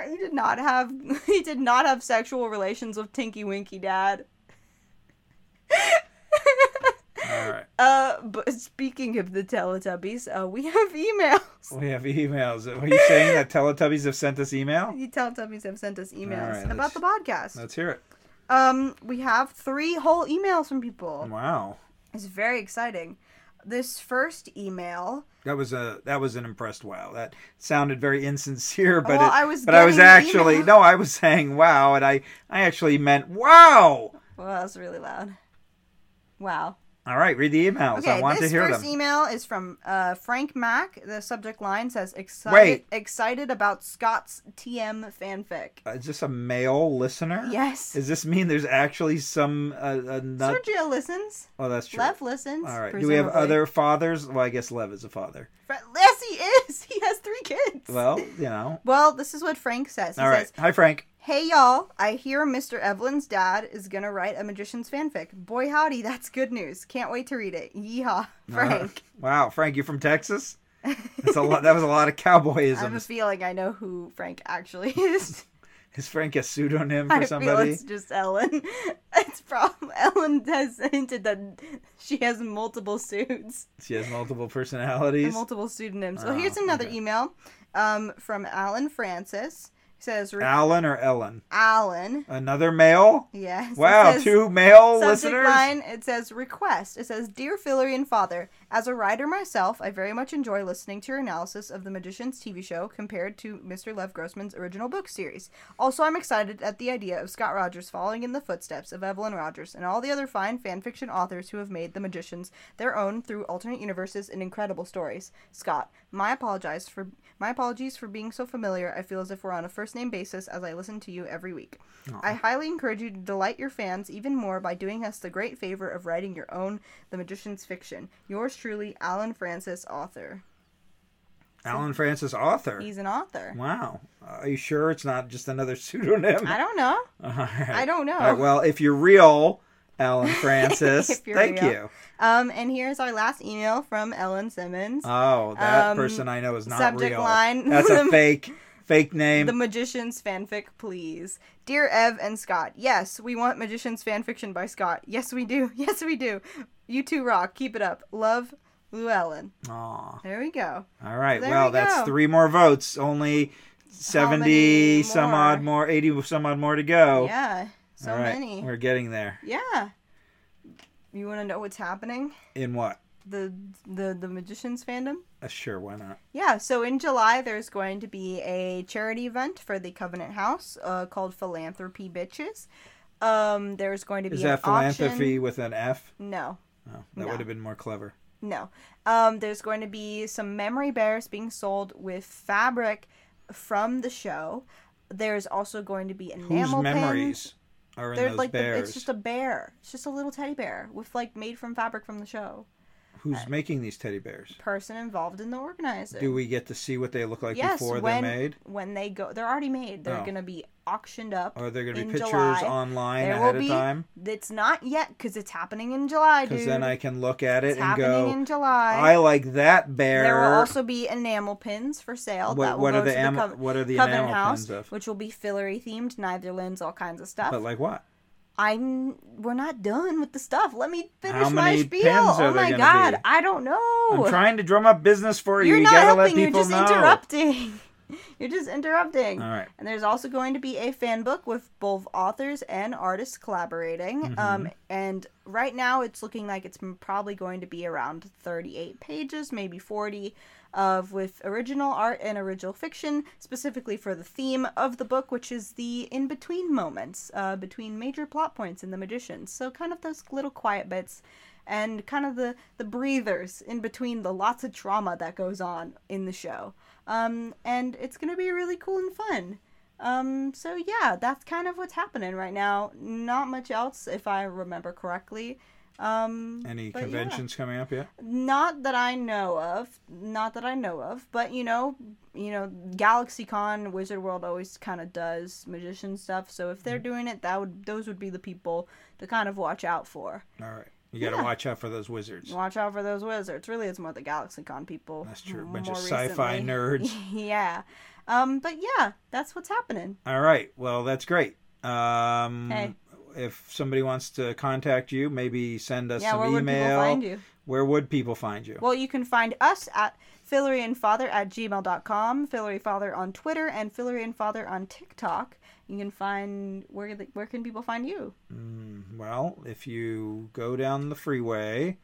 B: he did not have he did not have sexual relations with Tinky Winky Dad.
A: All right.
B: Uh, but speaking of the Teletubbies, uh, we have emails.
A: We have emails. Are you saying that Teletubbies have sent us email?
B: The Teletubbies have sent us
A: All
B: emails
A: right,
B: about
A: let's-
B: the podcast.
A: Let's hear it.
B: Um, we have three whole emails from people.
A: Wow.
B: It's very exciting. This first email,
A: That was a that was an impressed wow. That sounded very insincere, but
B: Well,
A: it-
B: I was
A: but I was
B: getting the
A: actually
B: email.
A: no, I was saying wow, and I I actually meant wow.
B: well, that was really loud. Wow.
A: All right, read the emails.
B: Okay,
A: I want
B: this
A: to hear
B: first
A: them.
B: email is from uh, Frank Mack. The subject line says excited
A: Wait.
B: excited about Scott's TM fanfic.
A: Uh, Is this a male listener?
B: Yes.
A: Does this mean there's actually some uh, a nut?
B: Sergio listens.
A: Oh, that's true.
B: Lev listens.
A: All right. Do we have
B: presumably.
A: other fathers? Well, I guess Lev is a father.
B: Fra- Yes, he is. He has three kids.
A: Well, you know.
B: Well, this is what Frank says. He
A: All right.
B: says,
A: Hi, Frank.
B: Hey y'all, I hear Mr. Evelyn's dad is gonna write a magician's fanfic. Boy howdy, that's good news. Can't wait to read it. Yeehaw,
A: Ah,
B: Frank.
A: Wow, Frank, you from Texas? That's a lot. That was a lot of
B: I have a
A: cowboyisms.
B: feeling I know who Frank actually is.
A: Is Frank a pseudonym
B: I
A: for
B: feel
A: somebody?
B: it's just Ellen. It's from Ellen has hinted that she has multiple suits.
A: She has multiple personalities.
B: multiple pseudonyms.
A: Oh,
B: well, here's another
A: okay.
B: email um, from Alan Francis. He says, Re-
A: Alan or Ellen?
B: Alan.
A: Another male?
B: Yes. it
A: Wow,
B: says-
A: two male
B: Subject
A: listeners.
B: line, it says request. It says, Dear Fillerian Father, as a writer myself, I very much enjoy listening to your analysis of The Magician's TV show compared to Mr. Lev Grossman's original book series. Also, I'm excited at the idea of Scott Rogers following in the footsteps of Evelyn Rogers and all the other fine fanfiction authors who have made The Magicians their own through alternate universes and incredible stories. Scott, my apologize for my apologies for being so familiar. I feel as if we're on a first name basis as I listen to you every week. I highly encourage you to delight your fans even more by doing us the great favor of writing your own The Magician's fiction. Yours truly, Alan Francis, author.
A: Alan Francis, author.
B: He's an author.
A: Wow. Are you sure it's not just another pseudonym?
B: I don't know.
A: All right.
B: I don't know.
A: All right, well, if you're real, Alan Francis,
B: If you're
A: thank
B: real.
A: you.
B: Um, and here's our last email from Ellen Simmons.
A: Oh, that
B: Um,
A: person I know is not
B: subject
A: real.
B: line.
A: That's a fake, Fake name.
B: The Magician's fanfic, please. Dear Ev and Scott, yes, we want Magician's fanfiction by Scott. Yes, we do. Yes, we do. You two rock. Keep it up. Love, Llewellyn.
A: Aw.
B: There we go.
A: All right.
B: There
A: well,
B: we
A: that's
B: go.
A: three more votes. Only
B: many
A: 70 some
B: more?
A: odd more, 80 some odd more to go.
B: Yeah, so
A: Oh. All right.
B: many.
A: We're getting there.
B: Yeah. You want to know what's happening?
A: In what?
B: The the the Magician's fandom.
A: Uh, sure, why not?
B: Yeah, so in July there's going to be a charity event for the Covenant House uh, called Philanthropy Bitches. Um, there's going to be
A: Is
B: an
A: that philanthropy
B: Auction.
A: with an F?
B: No,
A: Oh, that
B: No.
A: would have been more clever.
B: no. Um, there's going to be some memory bears being sold with fabric from the show. There's also going to be
A: Whose
B: enamel pins.
A: memories are in
B: They're
A: those
B: like the,
A: bears?
B: it's just a bear. It's just a little teddy bear with like made from fabric from the show.
A: Who's making these teddy bears?
B: Person involved in the organizing.
A: Do we get to see what they look like
B: yes,
A: before they're
B: when
A: made?
B: when they go, they're already made. They're
A: Oh.
B: gonna be auctioned up.
A: Are there going to be
B: in
A: pictures
B: July.
A: online
B: There
A: ahead of
B: will be.
A: time?
B: It's not yet because it's happening in July, dude.
A: Because then I can look at it
B: it's
A: and
B: happening
A: go,
B: in July.
A: I like that bear.
B: There will also be enamel pins for sale.
A: what,
B: that will
A: what
B: go
A: are the,
B: to
A: am-
B: Cov-
A: what are the
B: Covenant
A: enamel
B: House,
A: pins of?
B: which will be fillery themed, Netherlands, all kinds of stuff.
A: But like what?
B: I'm we're not done with the stuff. Let me finish my
A: many
B: spiel.
A: pins are
B: oh
A: there
B: my
A: gonna
B: god,
A: be?
B: I don't know.
A: I'm trying to drum up business for you.
B: You're
A: You
B: not
A: gotta let
B: helping. You're
A: people
B: just
A: know.
B: interrupting. You're just interrupting.
A: All right.
B: And there's also going to be a fan book with both authors and artists collaborating. Um, and right now it's looking like it's m- probably going to be around 38 pages, maybe 40, of with original art and original fiction, specifically for the theme of the book, which is the in between moments uh, between major plot points in The Magician. So kind of those little quiet bits. And kind of the, the breathers in between the lots of trauma that goes on in the show. Um, and it's going to be really cool and fun. Um, so yeah, that's kind of what's happening right now. Not much else, if I remember correctly. Um,
A: Any
B: But yeah.
A: conventions coming up yet?
B: not that I know of, not that I know of, but you know, you know, GalaxyCon, Wizard World always kind of does magician stuff. So if they're
A: Mm-hmm.
B: doing it, that would those would be the people to kind of watch out for.
A: All right. You gotta
B: Yeah.
A: watch out for those wizards.
B: Watch out for those wizards. Really, it's more the GalaxyCon people.
A: That's true.
B: m-
A: Bunch of
B: more
A: sci-fi
B: recently.
A: nerds.
B: yeah. Um, but yeah, that's what's happening.
A: All right. Well, that's great. Um,
B: Hey.
A: If somebody wants to contact you, maybe send us
B: Yeah,
A: some
B: where would people
A: email.
B: find you?
A: Where would people find you?
B: Well, you can find us at Fillery and Father at gmail.com, Fillery Father on Twitter, and Fillery and Father on TikTok. You can find where the, where can people find you?
A: Mm, well, if you go down the freeway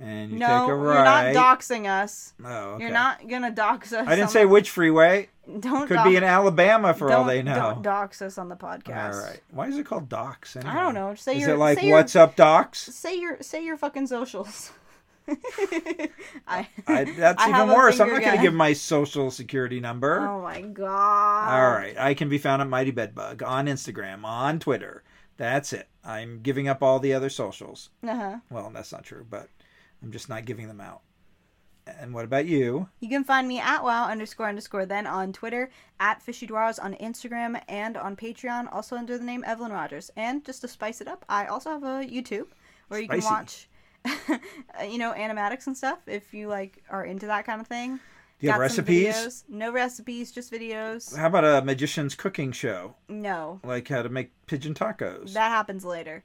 A: and you
B: no,
A: take a
B: you're not
A: right.
B: doxing us.
A: oh, okay.
B: You're not gonna dox us.
A: I didn't
B: on
A: say
B: the-
A: which freeway.
B: don't
A: Could
B: dox,
A: be in Alabama for all
B: don't-
A: they know.
B: Don't dox us on the podcast.
A: All right. Why is it called Docs? Anyway?
B: I don't know. Say
A: Is
B: your
A: it like
B: say
A: What's
B: your,
A: Up Docs?
B: say your say your fucking socials. I,
A: I, that's
B: I have
A: even
B: a
A: worse. I'm
B: finger
A: not going to
B: gun.
A: give my social security number.
B: Oh my god.
A: All right. I can be found at Mighty Bedbug on Instagram, on Twitter. That's it. I'm giving up all the other socials.
B: Uh-huh.
A: Well, that's not true, but I'm just not giving them out. And what about you?
B: You can find me at wow underscore underscore then on Twitter, at Fishy Dwarves on Instagram, and on Patreon, also under the name Evelyn Rogers. And just to spice it up, I also have a YouTube where you can
A: Spicy.
B: watch, you know, animatics and stuff if you like are into that kind of thing.
A: Do you have
B: some
A: recipes?
B: videos. No recipes, just videos.
A: How about a magician's cooking show?
B: No,
A: Like how to make pigeon tacos.
B: that happens later.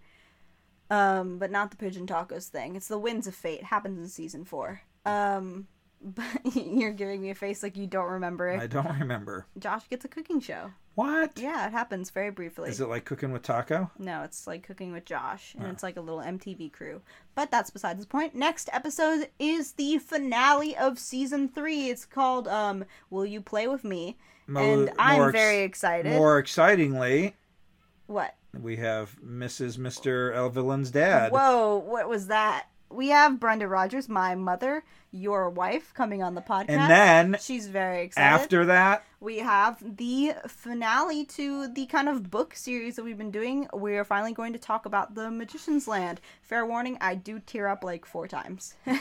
B: Um, but not the pigeon tacos thing. It's the winds of fate. Happens in season four. Um, but you're giving me a face like you don't remember it.
A: I don't remember.
B: Josh gets a cooking show.
A: What? Is
B: Yeah, it happens very briefly.
A: it like cooking with taco?
B: No, it's like cooking with Josh, and it's like a little MTV crew. But that's besides the point. Next episode is the finale of season three. It's called um, "Will You Play with Me?"
A: Mo-
B: and I'm
A: more ex-
B: very excited.
A: More excitingly,
B: What?
A: we have Mrs. Mr. Elvillen's dad.
B: Whoa! What was that? We have Brenda Rogers, my mother, your wife, coming on the podcast.
A: And then
B: she's very excited.
A: after that,
B: we have the finale to the kind of book series that we've been doing. We are finally going to talk about The Magician's Land. Fair warning, I do tear up like four times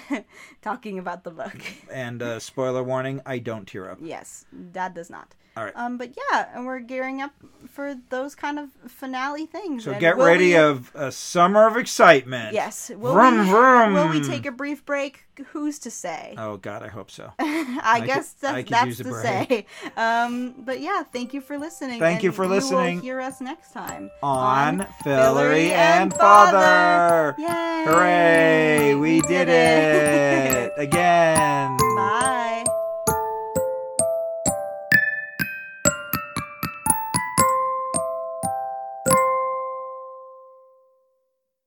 B: talking about the book.
A: and uh, spoiler warning, I don't tear up.
B: Yes, Dad does not.
A: All right.
B: Um, but yeah, and we're gearing up for those kind of finale things.
A: So
B: and
A: get
B: will
A: ready
B: we-
A: of a summer of excitement.
B: Yes. Will
A: Vroom,
B: we,
A: vroom.
B: Will we take a brief break? Who's to say?
A: Oh God, I hope so.
B: I,
A: could-
B: guess
A: I
B: that's,
A: could
B: that's
A: use a
B: to
A: break.
B: say. Um, but yeah, thank you for listening.
A: Thank you
B: and
A: for
B: You
A: listening.
B: will hear us next time
A: On Fillory
B: Fillory
A: and Father.
B: Yay!
A: Hooray! We did it again.
B: Bye.